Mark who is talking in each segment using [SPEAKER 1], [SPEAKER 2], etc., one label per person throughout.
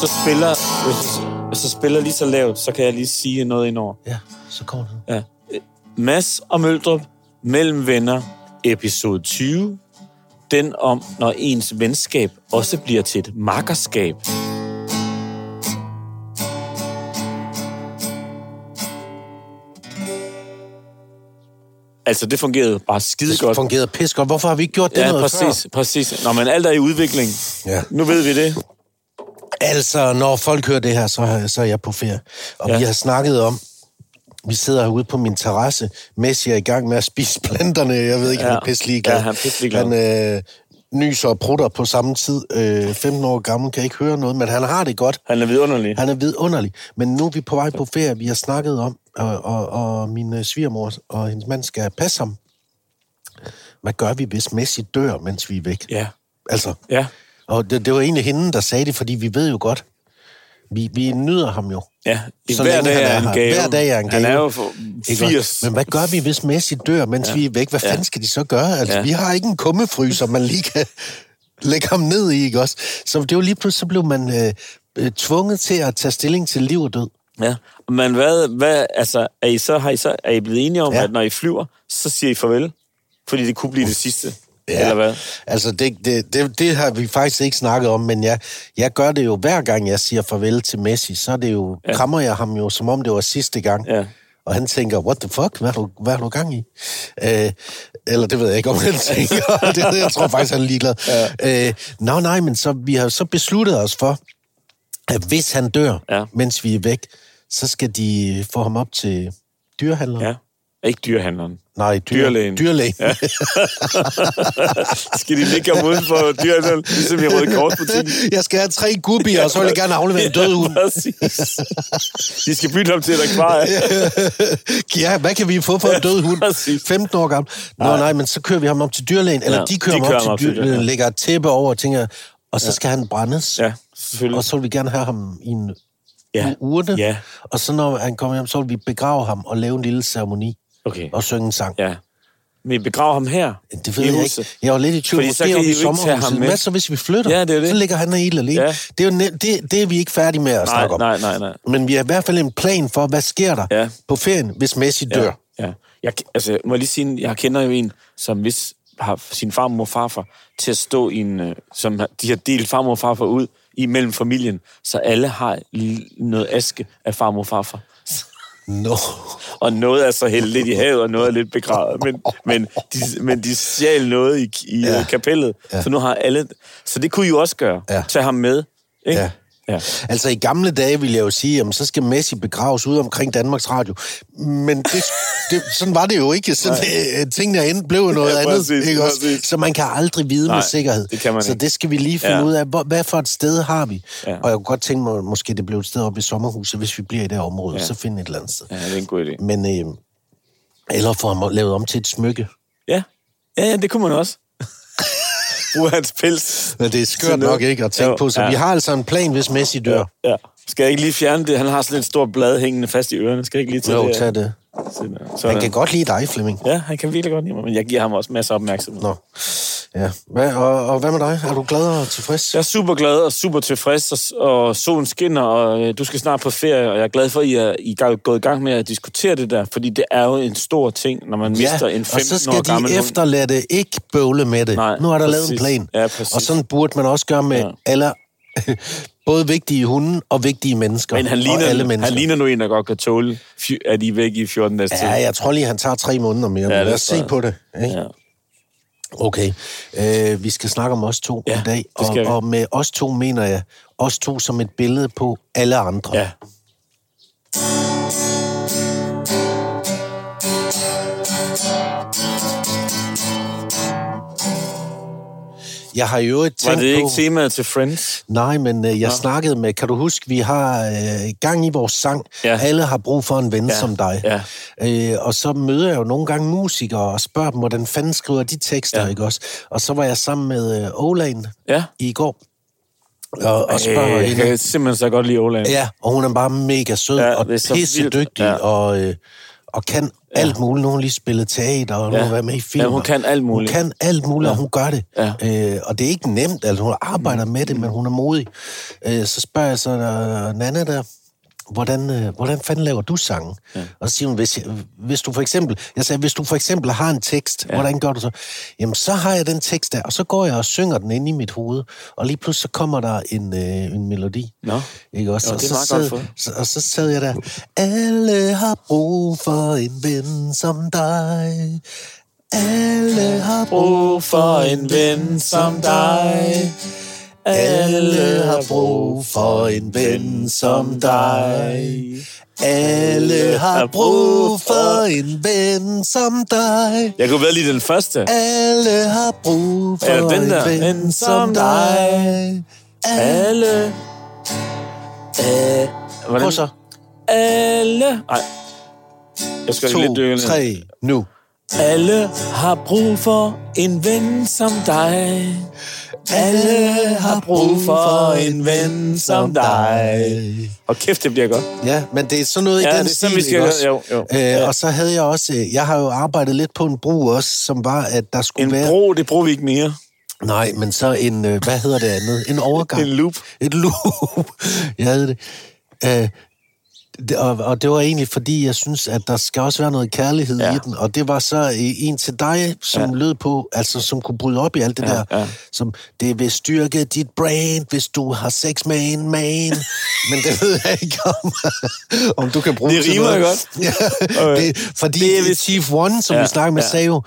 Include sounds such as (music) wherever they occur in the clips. [SPEAKER 1] så spiller, hvis, hvis jeg spiller lige så lavt, så kan jeg lige sige noget indover.
[SPEAKER 2] Ja, så kommer den.
[SPEAKER 1] Ja. Mads og Møldrup, Mellem Venner, episode 20. Den om, når ens venskab også bliver til et makkerskab. Altså, det fungerede bare skide
[SPEAKER 2] Det
[SPEAKER 1] godt.
[SPEAKER 2] fungerede pis godt. Hvorfor har vi ikke gjort det
[SPEAKER 1] Ja,
[SPEAKER 2] noget
[SPEAKER 1] præcis, præcis. Nå, men alt er i udvikling.
[SPEAKER 2] Ja.
[SPEAKER 1] Nu ved vi det.
[SPEAKER 2] før? Altså, når folk hører det her, så, har- så er jeg på ferie. Og
[SPEAKER 1] Ja.
[SPEAKER 2] ja. vi har snakket om, vi sidder herude på min terrasse, Messi er i gang med at spise planterne. Jeg ved ikke, ja. han er
[SPEAKER 1] Ja.
[SPEAKER 2] pisselig ligeglad.
[SPEAKER 1] Ja, han er pisse ligeglad.
[SPEAKER 2] Han øh, nyser og prutter på samme tid. Øh, 15 år gammel, kan ikke høre noget, men han har det godt.
[SPEAKER 1] Han er vidunderlig.
[SPEAKER 2] Han er vidunderlig. Men nu er vi på vej på ferie. Vi har snakket om, og, og, og min øh, svigermor og hendes mand skal passe ham. Hvad gør vi, hvis Messi dør, mens vi er væk?
[SPEAKER 1] Ja,
[SPEAKER 2] Altså,
[SPEAKER 1] ja,
[SPEAKER 2] og det, det var egentlig hende, der sagde det, fordi vi ved jo godt, vi, vi nyder ham jo.
[SPEAKER 1] ja. I
[SPEAKER 2] Så
[SPEAKER 1] hver
[SPEAKER 2] længe
[SPEAKER 1] dag
[SPEAKER 2] han
[SPEAKER 1] er
[SPEAKER 2] er
[SPEAKER 1] en
[SPEAKER 2] her.
[SPEAKER 1] gave.
[SPEAKER 2] Hver dag er en
[SPEAKER 1] Han er
[SPEAKER 2] gave.
[SPEAKER 1] jo for
[SPEAKER 2] Ikke godt?
[SPEAKER 1] 80.
[SPEAKER 2] Men hvad gør vi, hvis Messi dør, mens ja. vi er væk? Hvad fanden skal de så gøre? Altså,
[SPEAKER 1] Ja.
[SPEAKER 2] ja. vi har ikke en kummefryser, man lige kan (laughs) lægge ham ned i, ikke også? Så det var lige pludselig, så blev man øh, øh, tvunget til at tage stilling til liv og død.
[SPEAKER 1] Ja. Men hvad, hvad altså, er I så, har I så, er I blevet enige om, ja.
[SPEAKER 2] Ja.
[SPEAKER 1] at når I flyver, så siger I farvel? Fordi det kunne blive det sidste. Ja. Eller hvad?
[SPEAKER 2] Altså, det, det, det, det har vi faktisk ikke snakket om, men jeg, jeg gør det jo hver gang, jeg siger farvel til Messi, så er det jo, ja. krammer jeg ham jo, som om det var sidste gang.
[SPEAKER 1] Ja.
[SPEAKER 2] Og han tænker, what the fuck, hvad har du, hvad har du gang i? Øh, eller det ved jeg ikke, om han tænker. (laughs) det, jeg tror faktisk, han er ligeglad. Ja. Øh, Nå nej, men så, vi har jo så besluttet os for, at hvis han dør,
[SPEAKER 1] Ja.
[SPEAKER 2] ja. mens vi er væk, så skal de få ham op til dyrehandleren.
[SPEAKER 1] Ja. Ikke dyrehandleren.
[SPEAKER 2] Nej, dyr,
[SPEAKER 1] Dyrlægen.
[SPEAKER 2] Dyrlægen. Ja.
[SPEAKER 1] Skal de ligge ham uden for dyrehandleren, ligesom i Røde Kors butikken?
[SPEAKER 2] (laughs) jeg skal have tre guppier, og så vil jeg gerne aflevere en død hund.
[SPEAKER 1] Ja, præcis. De skal bytte ham til et akvarie.
[SPEAKER 2] (laughs) ja, hvad kan vi få for en død hund?
[SPEAKER 1] (laughs) præcis.
[SPEAKER 2] 15 år gammel. Nå nej, men så kører vi ham op til dyrlægen, eller
[SPEAKER 1] Ja,
[SPEAKER 2] ja, de kører
[SPEAKER 1] de
[SPEAKER 2] ham op, til dyrlægen, lægger et tæppe over og tænker, og så skal han brændes.
[SPEAKER 1] Ja, selvfølgelig.
[SPEAKER 2] Og så vil vi gerne have ham i en
[SPEAKER 1] Ja.
[SPEAKER 2] ja. urne.
[SPEAKER 1] Ja.
[SPEAKER 2] Og så når han kommer hjem, så vil vi begrave ham og lave en lille ceremoni
[SPEAKER 1] Okay.
[SPEAKER 2] og synge en sang. Ja.
[SPEAKER 1] Ja. Men I begraver ham her?
[SPEAKER 2] Det ved
[SPEAKER 1] i
[SPEAKER 2] jeg
[SPEAKER 1] huset?
[SPEAKER 2] ikke. Jeg var lidt i tvivl.
[SPEAKER 1] Fordi så
[SPEAKER 2] Måske
[SPEAKER 1] kan I
[SPEAKER 2] om
[SPEAKER 1] jo
[SPEAKER 2] i
[SPEAKER 1] ikke tage ham
[SPEAKER 2] sommerhuset.
[SPEAKER 1] med.
[SPEAKER 2] Hvad så, hvis vi flytter?
[SPEAKER 1] Ja, det er jo det.
[SPEAKER 2] Så ligger han helt alene.
[SPEAKER 1] Ja.
[SPEAKER 2] Ja. Det, er jo ne- det, det er vi ikke færdige med at
[SPEAKER 1] Nej,
[SPEAKER 2] snakke om.
[SPEAKER 1] nej, nej, nej.
[SPEAKER 2] Men vi har i hvert fald en plan for, hvad sker der
[SPEAKER 1] Ja.
[SPEAKER 2] på ferien, hvis Messi dør. Ja.
[SPEAKER 1] Ja, ja. Jeg, altså, må jeg lige sige, jeg kender jo en, som hvis har sin farmor og farfar til at stå i en... øh, Som har- de har delt farmor og farfar ud imellem familien, så alle har l- noget aske af farmor og farfar.
[SPEAKER 2] No.
[SPEAKER 1] Og noget er så hældt lidt i havet, og noget er lidt begravet. Men, men, de, men de stjal noget i, i ja. kapellet, ja. så nu har alle... Så det kunne I jo også gøre.
[SPEAKER 2] Ja.
[SPEAKER 1] Tag ham med. Ikke?
[SPEAKER 2] Ja.
[SPEAKER 1] ja.
[SPEAKER 2] Altså i gamle dage ville jeg jo sige, jamen så skal Messi begraves ude omkring Danmarks Radio. Men det, det, sådan var det jo ikke. Sådan, øh, tingene herinde blev jo noget
[SPEAKER 1] Ja,
[SPEAKER 2] ja,
[SPEAKER 1] præcis,
[SPEAKER 2] præcis, andet. Ikke også?
[SPEAKER 1] præcis.
[SPEAKER 2] Så man kan aldrig vide Nej,
[SPEAKER 1] Nej,
[SPEAKER 2] med sikkerhed.
[SPEAKER 1] det kan man
[SPEAKER 2] så
[SPEAKER 1] ikke.
[SPEAKER 2] det skal vi lige finde
[SPEAKER 1] Ja.
[SPEAKER 2] ja. ud af. Hvor, hvad for et sted har vi?
[SPEAKER 1] Ja.
[SPEAKER 2] Ja. Og jeg kunne godt tænke mig, måske det blev et sted oppe i sommerhuset, hvis vi bliver i det her område,
[SPEAKER 1] Ja.
[SPEAKER 2] ja. så finde et eller andet sted.
[SPEAKER 1] ja, det er en god idé.
[SPEAKER 2] Men, øh, eller få ham lavet om til et smykke.
[SPEAKER 1] Ja, ja, ja det kunne man
[SPEAKER 2] (laughs)
[SPEAKER 1] også. Bruge hans pels.
[SPEAKER 2] Men det
[SPEAKER 1] Sådan
[SPEAKER 2] er skørt
[SPEAKER 1] noget.
[SPEAKER 2] nok ikke at tænke
[SPEAKER 1] Jo,
[SPEAKER 2] jo, på. Så
[SPEAKER 1] ja.
[SPEAKER 2] ja. vi har altså en plan, hvis Messi dør. Ja.
[SPEAKER 1] Ja. Skal jeg ikke lige fjerne det? Han har sådan et stort blad hængende fast i ørerne. Skal jeg ikke lige tage
[SPEAKER 2] Jo,
[SPEAKER 1] det?
[SPEAKER 2] tag det.
[SPEAKER 1] Sådan.
[SPEAKER 2] Han kan
[SPEAKER 1] Sådan.
[SPEAKER 2] godt lide dig, Flemming.
[SPEAKER 1] Ja, han kan virkelig godt lide mig, men jeg giver ham også masser af opmærksomhed.
[SPEAKER 2] Nå. Ja. Hvad, og, og hvad med dig? Er du glad og tilfreds?
[SPEAKER 1] Jeg er super glad og super tilfreds, og, og solen skinner, og øh, du skal snart på ferie, og jeg er glad for, at I er, I er gået i gang med at diskutere det der, fordi det er jo en stor ting, når man mister en 15
[SPEAKER 2] og så skal
[SPEAKER 1] år gammel
[SPEAKER 2] de
[SPEAKER 1] hund.
[SPEAKER 2] efterladte ikke bøvle med det.
[SPEAKER 1] Nej,
[SPEAKER 2] nu er der lavet en
[SPEAKER 1] præcis.
[SPEAKER 2] plan.
[SPEAKER 1] Ja, præcis.
[SPEAKER 2] og sådan burde man også gøre med
[SPEAKER 1] Ja.
[SPEAKER 2] ja. alle, (laughs) både vigtige hunde og vigtige mennesker.
[SPEAKER 1] Men han
[SPEAKER 2] og alle
[SPEAKER 1] ligner,
[SPEAKER 2] mennesker.
[SPEAKER 1] han ligner nu en, der godt kan tåle, fy- at I er væk i 14 dage
[SPEAKER 2] Ja, jeg tror lige, han tager tre måneder mere.
[SPEAKER 1] Ja,
[SPEAKER 2] Ja,
[SPEAKER 1] det
[SPEAKER 2] Lad os
[SPEAKER 1] tror
[SPEAKER 2] se
[SPEAKER 1] jeg.
[SPEAKER 2] på det. Ikke?
[SPEAKER 1] Ja.
[SPEAKER 2] Okay. Øh, vi skal snakke om os to
[SPEAKER 1] Ja,
[SPEAKER 2] i dag.
[SPEAKER 1] det skal vi.
[SPEAKER 2] og, og med os to mener jeg os to som et billede på alle andre.
[SPEAKER 1] ja.
[SPEAKER 2] Jeg har jo et
[SPEAKER 1] Var
[SPEAKER 2] tænkt
[SPEAKER 1] det
[SPEAKER 2] på...
[SPEAKER 1] ikke temaet til Friends?
[SPEAKER 2] Nej, men øh, jeg snakkede med, kan du huske, vi har øh, gang i vores sang.
[SPEAKER 1] Ja.
[SPEAKER 2] Ja. Alle har brug for en ven
[SPEAKER 1] Ja,
[SPEAKER 2] ja. som dig.
[SPEAKER 1] ja.
[SPEAKER 2] Øh, og så møder jeg jo nogle gange musikere og spørger dem, hvordan fanden skriver de tekster,
[SPEAKER 1] Ja.
[SPEAKER 2] ja. ikke også? Og så var jeg sammen med øh, Olaen
[SPEAKER 1] Ja.
[SPEAKER 2] i går og, og spørger
[SPEAKER 1] Øh,
[SPEAKER 2] øh,
[SPEAKER 1] jeg kan
[SPEAKER 2] hende.
[SPEAKER 1] simpelthen så godt lide Åland.
[SPEAKER 2] Ja, og hun er bare mega sød
[SPEAKER 1] Ja,
[SPEAKER 2] ja, og
[SPEAKER 1] det er så vildt.
[SPEAKER 2] pissedygtig
[SPEAKER 1] Ja.
[SPEAKER 2] ja. og, øh, og kan alt muligt. Nu har hun lige spillet teater, og nu
[SPEAKER 1] Ja.
[SPEAKER 2] har hun været med i film.
[SPEAKER 1] Ja, hun kan alt muligt.
[SPEAKER 2] Hun kan alt muligt, ja. og hun gør det.
[SPEAKER 1] Ja.
[SPEAKER 2] Øh, og det er ikke nemt, altså hun arbejder med det, men hun er modig. Øh, så spørger jeg så øh, Nana der, hvordan, øh, hvordan fanden laver du sange? Ja. Og så siger hun, hvis, jeg- hvis du for eksempel, jeg sagde, hvis du for eksempel har en tekst, ja. hvordan gør du så? Jamen, så har jeg den tekst der, og så går jeg og synger den inde i mit hoved, og lige pludselig så kommer der en, øh, en melodi.
[SPEAKER 1] Nå.
[SPEAKER 2] Ikke også?
[SPEAKER 1] Jo,
[SPEAKER 2] og,
[SPEAKER 1] det er
[SPEAKER 2] så
[SPEAKER 1] meget godt
[SPEAKER 2] sad,
[SPEAKER 1] fået.
[SPEAKER 2] så, og så sad jeg der, alle har brug for en ven som dig. Alle har
[SPEAKER 1] Brug for en ven som dig.
[SPEAKER 2] alle har brug for en ven som dig. Alle har brug for en ven som dig.
[SPEAKER 1] Jeg kunne være lige den første.
[SPEAKER 2] Alle har brug for
[SPEAKER 1] Ja, den
[SPEAKER 2] en
[SPEAKER 1] der.
[SPEAKER 2] ven som dig. Alle.
[SPEAKER 1] Alle. Hvordan?
[SPEAKER 2] Prøv så.
[SPEAKER 1] Alle. Nej. Jeg skal
[SPEAKER 2] To,
[SPEAKER 1] lidt dykke ned.
[SPEAKER 2] tre, nu.
[SPEAKER 1] Alle har brug for en ven som dig. Alle har brug for en ven som dig. Og kæft, det bliver godt.
[SPEAKER 2] Ja, men det er sådan noget i
[SPEAKER 1] Ja,
[SPEAKER 2] den
[SPEAKER 1] det er sådan,
[SPEAKER 2] stil,
[SPEAKER 1] vi skal
[SPEAKER 2] ikke
[SPEAKER 1] gøre-
[SPEAKER 2] også?
[SPEAKER 1] jo, jo.
[SPEAKER 2] Øh,
[SPEAKER 1] Ja.
[SPEAKER 2] Og så havde jeg også... øh, Jeg har jo arbejdet lidt på en bro også, som var, at der skulle
[SPEAKER 1] En
[SPEAKER 2] være...
[SPEAKER 1] bro, det bruger vi ikke mere.
[SPEAKER 2] Nej, men så en, øh, hvad hedder det andet? En overgang.
[SPEAKER 1] En loop.
[SPEAKER 2] Et loop. jeg havde det. Øh, det og, og det var egentlig, fordi jeg synes, at der skal også være noget kærlighed
[SPEAKER 1] Ja.
[SPEAKER 2] ja. i den. Og det var så øh, en til dig, som ja. lød på, altså som kunne bryde op i alt det ja, der.
[SPEAKER 1] ja.
[SPEAKER 2] Ja. Som, det vil styrke dit brand, hvis du har sex med en man. Men det ved jeg ikke om, om du kan bruge
[SPEAKER 1] Det
[SPEAKER 2] til
[SPEAKER 1] rimer
[SPEAKER 2] noget.
[SPEAKER 1] godt.
[SPEAKER 2] (laughs) ja,
[SPEAKER 1] Okay.
[SPEAKER 2] det, fordi
[SPEAKER 1] Det
[SPEAKER 2] det
[SPEAKER 1] er
[SPEAKER 2] er
[SPEAKER 1] vist-
[SPEAKER 2] Chief One, som
[SPEAKER 1] Ja,
[SPEAKER 2] ja, vi snakkede med,
[SPEAKER 1] ja.
[SPEAKER 2] ja. sagde jo,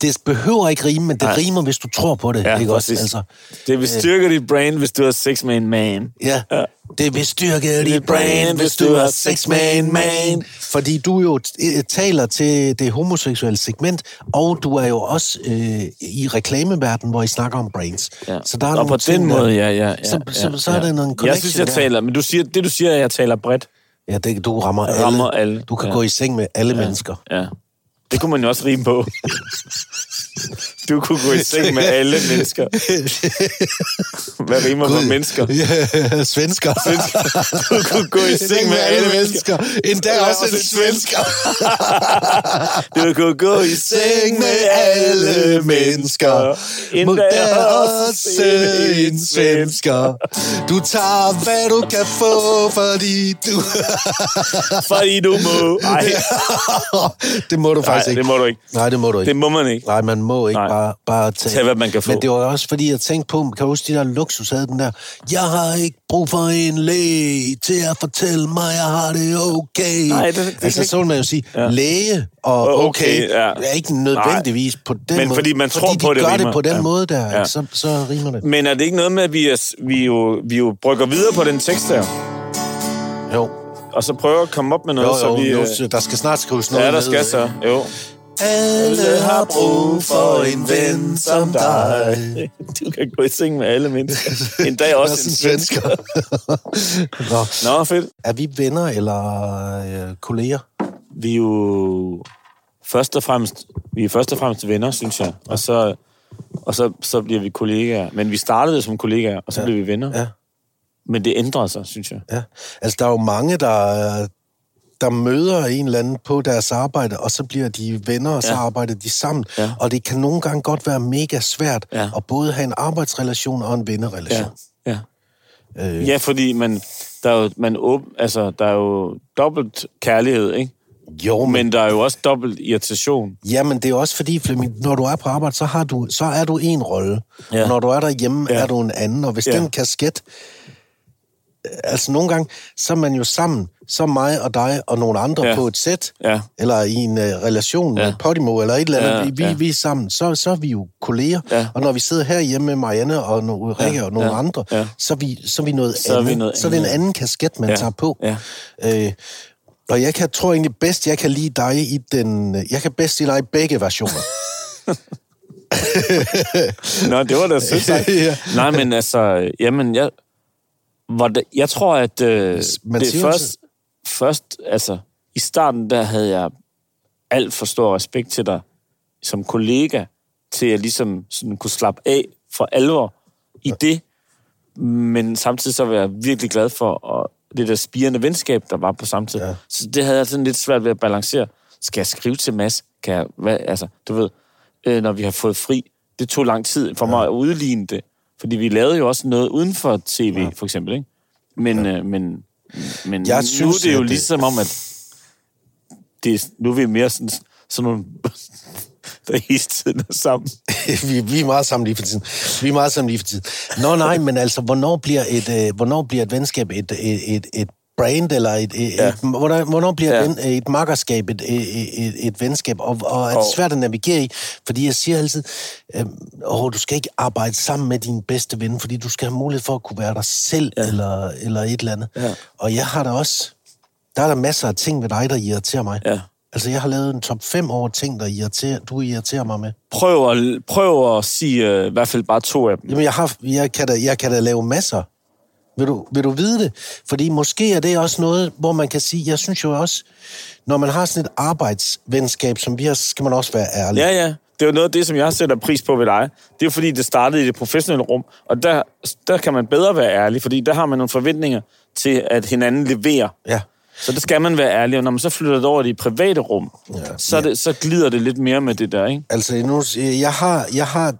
[SPEAKER 2] det behøver ikke rime, men det
[SPEAKER 1] Nej.
[SPEAKER 2] rimer, hvis du tror på det.
[SPEAKER 1] Ja,
[SPEAKER 2] ikke også?
[SPEAKER 1] præcis.
[SPEAKER 2] Altså,
[SPEAKER 1] Det vil styrke dit brain, hvis du har sex med en man.
[SPEAKER 2] Ja. ja. Det vil styrke
[SPEAKER 1] Dit
[SPEAKER 2] dit
[SPEAKER 1] brain,
[SPEAKER 2] brain, hvis du har sex med en
[SPEAKER 1] man.
[SPEAKER 2] man. Fordi du jo t- øh, taler til det homoseksuelle segment, og du er jo også øh, i reklameverdenen, hvor I snakker om brains.
[SPEAKER 1] Ja.
[SPEAKER 2] Så der er
[SPEAKER 1] og
[SPEAKER 2] nogle
[SPEAKER 1] på
[SPEAKER 2] ting,
[SPEAKER 1] den
[SPEAKER 2] der-
[SPEAKER 1] måde, ja, ja, ja,
[SPEAKER 2] Så,
[SPEAKER 1] ja,
[SPEAKER 2] så, så er
[SPEAKER 1] ja.
[SPEAKER 2] der noget
[SPEAKER 1] Jeg
[SPEAKER 2] connection
[SPEAKER 1] synes, jeg
[SPEAKER 2] der.
[SPEAKER 1] taler, men du siger, det du siger, er, at jeg taler bredt.
[SPEAKER 2] Ja, det, du rammer alle.
[SPEAKER 1] Rammer alle,
[SPEAKER 2] Du kan
[SPEAKER 1] ja.
[SPEAKER 2] gå i seng med alle mennesker. (laughs)
[SPEAKER 1] Ja. Det kunne man jo også rime på. Du kunne gå i seng med alle mennesker. Hvad rimer på mennesker?
[SPEAKER 2] Ja, svensker.
[SPEAKER 1] Du kunne
[SPEAKER 2] (laughs)
[SPEAKER 1] gå i seng med alle mennesker.
[SPEAKER 2] Endda
[SPEAKER 1] Ja,
[SPEAKER 2] også
[SPEAKER 1] også
[SPEAKER 2] en
[SPEAKER 1] en svensker.
[SPEAKER 2] svensker.
[SPEAKER 1] Du kunne gå
[SPEAKER 2] (laughs)
[SPEAKER 1] i seng med alle mennesker.
[SPEAKER 2] Mod
[SPEAKER 1] Endda
[SPEAKER 2] der (laughs)
[SPEAKER 1] også en svensk.
[SPEAKER 2] Du tager, hvad du kan få, fordi du...
[SPEAKER 1] (laughs) Fordi du må. Ej,
[SPEAKER 2] det må du
[SPEAKER 1] nej,
[SPEAKER 2] faktisk ikke.
[SPEAKER 1] det må du ikke.
[SPEAKER 2] Nej, det må du ikke.
[SPEAKER 1] Det må man ikke.
[SPEAKER 2] Nej, man må ikke
[SPEAKER 1] Nej.
[SPEAKER 2] Nej. bare, bare tage...
[SPEAKER 1] Tag, hvad man kan få.
[SPEAKER 2] Men det var også fordi, jeg tænkte på, kan du huske de der luksus havde den der, jeg har ikke brug for en læge til at fortælle mig, jeg har det okay.
[SPEAKER 1] Nej, det- det-
[SPEAKER 2] altså,
[SPEAKER 1] det-
[SPEAKER 2] så ville man jo sige, ja. læge og
[SPEAKER 1] Og
[SPEAKER 2] okay,
[SPEAKER 1] okay,
[SPEAKER 2] okay
[SPEAKER 1] ja.
[SPEAKER 2] ja. er ikke nødvendigvis Nej. på den
[SPEAKER 1] Men
[SPEAKER 2] måde.
[SPEAKER 1] fordi man tror
[SPEAKER 2] de
[SPEAKER 1] på, det
[SPEAKER 2] gør
[SPEAKER 1] rimer.
[SPEAKER 2] det på den
[SPEAKER 1] Ja.
[SPEAKER 2] måde der,
[SPEAKER 1] Ja.
[SPEAKER 2] ja. så, så rimer det.
[SPEAKER 1] Men er det ikke noget med, at vi, er, vi, jo, vi jo brygger videre på den tekst der,
[SPEAKER 2] Jo,
[SPEAKER 1] og så prøver at komme op med noget,
[SPEAKER 2] jo,
[SPEAKER 1] så
[SPEAKER 2] jo,
[SPEAKER 1] vi...
[SPEAKER 2] jo
[SPEAKER 1] øh,
[SPEAKER 2] så der skal snart skrives noget
[SPEAKER 1] Ja, der
[SPEAKER 2] ned,
[SPEAKER 1] skal
[SPEAKER 2] ikke?
[SPEAKER 1] så. Jo.
[SPEAKER 2] Alle har brug for en ven
[SPEAKER 1] (laughs)
[SPEAKER 2] som dig.
[SPEAKER 1] Du kan gå i seng med alle mennesker. En dag
[SPEAKER 2] (laughs)
[SPEAKER 1] også en svensk.
[SPEAKER 2] Nå,
[SPEAKER 1] Nå, fedt.
[SPEAKER 2] er vi venner eller øh, kolleger?
[SPEAKER 1] Vi er jo først og fremmest, vi er først og fremmest venner, synes jeg. Og så, og så, så bliver vi kollegaer. Men vi startede som kollegaer, og så ja. blev vi venner.
[SPEAKER 2] Ja.
[SPEAKER 1] Men det ændrede sig, synes jeg.
[SPEAKER 2] Ja. Altså, der er jo mange, der, øh, der møder en eller anden på deres arbejde, og så bliver de venner, og så
[SPEAKER 1] Ja.
[SPEAKER 2] ja. arbejder de sammen.
[SPEAKER 1] Ja.
[SPEAKER 2] Ja. Og det kan nogle gange godt være mega svært
[SPEAKER 1] Ja.
[SPEAKER 2] ja. at både have en arbejdsrelation og en vennerrelation.
[SPEAKER 1] ja.
[SPEAKER 2] Ja. Øh,
[SPEAKER 1] Ja, fordi man, der er jo, man åb, altså, der er jo dobbelt kærlighed, ikke?
[SPEAKER 2] jo, men...
[SPEAKER 1] Men der er jo også dobbelt irritation.
[SPEAKER 2] Jamen, det er også fordi, Flemming, når du er på arbejde, så, har du, så er du en rolle.
[SPEAKER 1] Ja.
[SPEAKER 2] Ja. Når du er derhjemme,
[SPEAKER 1] Ja.
[SPEAKER 2] ja. er du en anden. Og hvis
[SPEAKER 1] Ja.
[SPEAKER 2] ja. den kasket... Altså, nogle gange, så er man jo sammen. Så er mig og dig og nogle andre
[SPEAKER 1] Ja.
[SPEAKER 2] ja. på et sæt.
[SPEAKER 1] Ja.
[SPEAKER 2] eller i en uh, relation med
[SPEAKER 1] Ja.
[SPEAKER 2] ja. Podimo, eller et eller andet,
[SPEAKER 1] Ja,
[SPEAKER 2] ja, vi, vi,
[SPEAKER 1] ja.
[SPEAKER 2] vi er sammen, så, så er vi jo kolleger.
[SPEAKER 1] Ja.
[SPEAKER 2] Ja. Og når vi sidder herhjemme med Marianne og no, Rikke
[SPEAKER 1] Ja,
[SPEAKER 2] og nogle
[SPEAKER 1] ja,
[SPEAKER 2] ja. andre,
[SPEAKER 1] ja.
[SPEAKER 2] ja. Så, er vi, så er vi noget
[SPEAKER 1] Så er vi
[SPEAKER 2] andet.
[SPEAKER 1] noget
[SPEAKER 2] så er det en
[SPEAKER 1] andet.
[SPEAKER 2] anden kasket, man
[SPEAKER 1] Ja,
[SPEAKER 2] tager på.
[SPEAKER 1] ja.
[SPEAKER 2] Øh, og jeg kan, tror egentlig bedst, jeg kan lide dig i den... Jeg kan bedst lide dig i
[SPEAKER 1] (laughs)
[SPEAKER 2] begge versioner.
[SPEAKER 1] Nå, det var
[SPEAKER 2] (laughs)
[SPEAKER 1] da sødt sagt.
[SPEAKER 2] Ja.
[SPEAKER 1] (laughs) Nej, men altså, jamen, jeg, var det, jeg tror, at øh, det
[SPEAKER 2] Mathiasen-
[SPEAKER 1] først, først, altså, i starten, der havde jeg alt for stor respekt til dig som kollega, til at ligesom sådan kunne slappe af for alvor i det. Men samtidig så var jeg virkelig glad for og det der spirende venskab, der var på samme tid. Ja. Så det havde jeg sådan lidt svært ved at balancere. Skal jeg skrive til Mads? Kan jeg, hvad, altså, du ved, øh, når vi har fået fri. Det tog lang tid for mig at udligne det. Fordi vi lavede jo også noget uden for tv, ja. for eksempel. Ikke? Men, ja. øh, men, men
[SPEAKER 2] Jeg
[SPEAKER 1] jeg nu synes,
[SPEAKER 2] synes,
[SPEAKER 1] er det jo
[SPEAKER 2] at det-
[SPEAKER 1] ligesom om, at det, nu er vi mere sådan, sådan nogle, (laughs) der hele tiden er sammen.
[SPEAKER 2] (laughs) vi, vi er meget sammen lige for tiden. Vi er meget sammen lige for tiden. Nå nej, men altså, hvornår bliver et, øh, hvornår bliver et venskab et, øh, et, et, et brand, eller et, et, ja. et hvornår, hvornår bliver ja.
[SPEAKER 1] Ja.
[SPEAKER 2] et, ven- øh, et makkerskab et, øh, et, et, et venskab, og, og er det
[SPEAKER 1] Og-
[SPEAKER 2] svært at navigere i? Fordi jeg siger altid, øh, åh, du skal ikke arbejde sammen med din bedste ven, fordi du skal have mulighed for at kunne være dig selv, ja. eller, eller et eller andet.
[SPEAKER 1] Ja.
[SPEAKER 2] Og jeg har da også, der er der masser af ting ved dig, der irriterer mig.
[SPEAKER 1] Ja.
[SPEAKER 2] Altså, jeg har lavet en top 5 over ting, der irriterer, du irriterer mig med.
[SPEAKER 1] Prøv at, prøv at sige øh, i hvert fald bare to af dem.
[SPEAKER 2] Jamen, jeg, har, jeg, kan da, jeg kan da lave masser. Vil du, vil du vide det? Fordi måske er det også noget, hvor man kan sige, jeg synes jo også, når man har sådan et arbejdsvenskab, som vi har, så skal man også være ærlig.
[SPEAKER 1] Ja, ja. Det er jo noget af det, som jeg sætter pris på ved dig. Det er jo fordi, det startede i det professionelle rum, og der, der kan man bedre være ærlig, fordi der har man nogle forventninger til, at hinanden leverer.
[SPEAKER 2] ja.
[SPEAKER 1] Så der skal man være ærlig, og når man så flytter det over i det private rum,
[SPEAKER 2] Ja.
[SPEAKER 1] ja. så, er det, så glider det lidt mere med det der, ikke?
[SPEAKER 2] Altså, nu, jeg, har, jeg, har,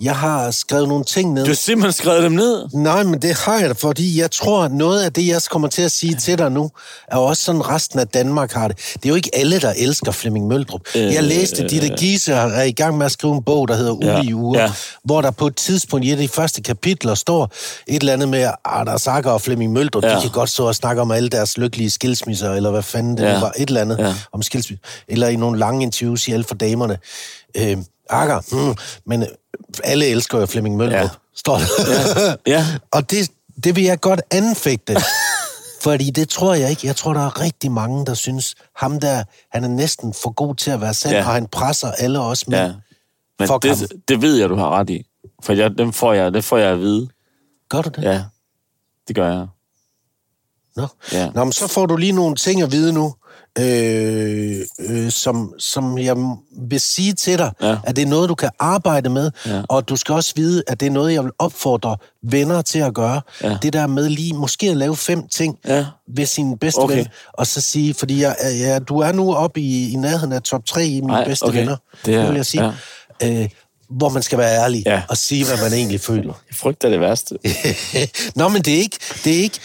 [SPEAKER 2] jeg har skrevet nogle ting ned.
[SPEAKER 1] Du har simpelthen skrevet dem ned.
[SPEAKER 2] Nej, men det har jeg da, fordi jeg tror, at noget af det, jeg kommer til at sige til dig nu, er også sådan, resten af Danmark har det. Det er jo ikke alle, der elsker Flemming Møldrup. Øh, jeg læste, at Ditte Giese er i gang med at skrive en bog, der hedder
[SPEAKER 1] Ja,
[SPEAKER 2] Ulige Uger, ja.
[SPEAKER 1] ja.
[SPEAKER 2] hvor der på et tidspunkt i et af de første kapitler står et eller andet med, at der Sager og Flemming Møldrup, ja.
[SPEAKER 1] Ja.
[SPEAKER 2] de kan godt stå og snakke om alle deres lykkelige skilsmisser, eller hvad fanden det
[SPEAKER 1] Ja.
[SPEAKER 2] ja. var, et eller andet ja.
[SPEAKER 1] Ja.
[SPEAKER 2] om skilsmisser, eller i nogle lange interviews i Alt for Damerne. Øh, Akker, hmm, men øh, alle elsker jo Flemming Møldrup, ja.
[SPEAKER 1] Ja.
[SPEAKER 2] står der. (laughs) Ja.
[SPEAKER 1] Ja.
[SPEAKER 2] Og det, det vil jeg godt anfægte. Fordi det tror jeg ikke. Jeg tror, der er rigtig mange, der synes, ham der, han er næsten for god til at være selv, ja.
[SPEAKER 1] Ja.
[SPEAKER 2] og han presser alle os med. Ja.
[SPEAKER 1] ja. Men
[SPEAKER 2] Fuck ham.
[SPEAKER 1] det, det ved jeg, du har ret i. For jeg, dem får jeg, det får jeg at vide.
[SPEAKER 2] Gør du det?
[SPEAKER 1] Ja, det gør jeg.
[SPEAKER 2] Nå.
[SPEAKER 1] Ja.
[SPEAKER 2] Nå, men så får du lige nogle ting at vide nu, øh, øh, som, som jeg vil sige til dig, ja.
[SPEAKER 1] Ja.
[SPEAKER 2] at det er noget, du kan arbejde med, ja.
[SPEAKER 1] Ja.
[SPEAKER 2] og du skal også vide, at det er noget, jeg vil opfordre venner til at gøre. Ja.
[SPEAKER 1] Ja.
[SPEAKER 2] Det der med lige måske at lave fem ting ja.
[SPEAKER 1] Ja.
[SPEAKER 2] ved sin bedste okay.
[SPEAKER 1] Okay.
[SPEAKER 2] ven, og så sige, fordi jeg, er- ja, du er nu oppe i, i nærheden af top 3 i mine Ej,
[SPEAKER 1] Ej,
[SPEAKER 2] bedste
[SPEAKER 1] okay.
[SPEAKER 2] venner,
[SPEAKER 1] Det
[SPEAKER 2] det
[SPEAKER 1] er-
[SPEAKER 2] er, vil jeg sige, ja. øh, hvor man skal være ærlig ja.
[SPEAKER 1] Ja.
[SPEAKER 2] og sige, hvad man egentlig føler. (laughs)
[SPEAKER 1] Jeg frygter det værste.
[SPEAKER 2] Nå, men det er ikke, det er ikke,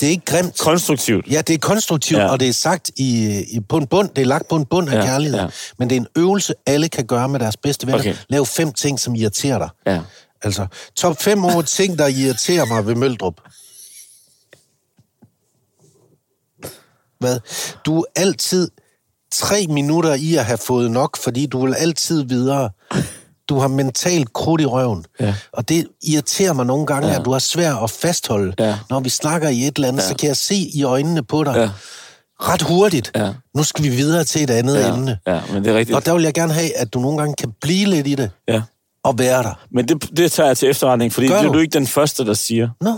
[SPEAKER 2] det er ikke grimt.
[SPEAKER 1] Konstruktivt.
[SPEAKER 2] Ja, det er konstruktivt, ja.
[SPEAKER 1] Ja.
[SPEAKER 2] og det er sagt i, i, på en bund. Det er lagt på en bund af ja,
[SPEAKER 1] Ja,
[SPEAKER 2] kærlighed. Ja.
[SPEAKER 1] ja.
[SPEAKER 2] Men det er en øvelse, alle kan gøre med deres bedste venner. Okay.
[SPEAKER 1] Okay.
[SPEAKER 2] Lav fem ting, som irriterer dig.
[SPEAKER 1] Ja.
[SPEAKER 2] Altså, top fem over ting, der irriterer mig ved Møldrup. Hvad? Du er altid tre minutter i at have fået nok, fordi du vil altid videre. Du har mentalt krudt i røven.
[SPEAKER 1] Ja.
[SPEAKER 2] Og det irriterer mig nogle gange, ja. at du har svært at fastholde.
[SPEAKER 1] Ja.
[SPEAKER 2] Når vi snakker i et eller andet, ja. så kan jeg se i øjnene på dig
[SPEAKER 1] Ja.
[SPEAKER 2] ret hurtigt.
[SPEAKER 1] Ja.
[SPEAKER 2] Nu skal vi videre til et andet ja. emne.
[SPEAKER 1] ja, men det er rigtigt.
[SPEAKER 2] Og der vil jeg gerne have, at du nogle gange kan blive lidt i det
[SPEAKER 1] Ja.
[SPEAKER 2] og være der.
[SPEAKER 1] Men det, det tager jeg til efterretning, fordi
[SPEAKER 2] Gør
[SPEAKER 1] det er
[SPEAKER 2] du?
[SPEAKER 1] du ikke den første, der siger.
[SPEAKER 2] Nå.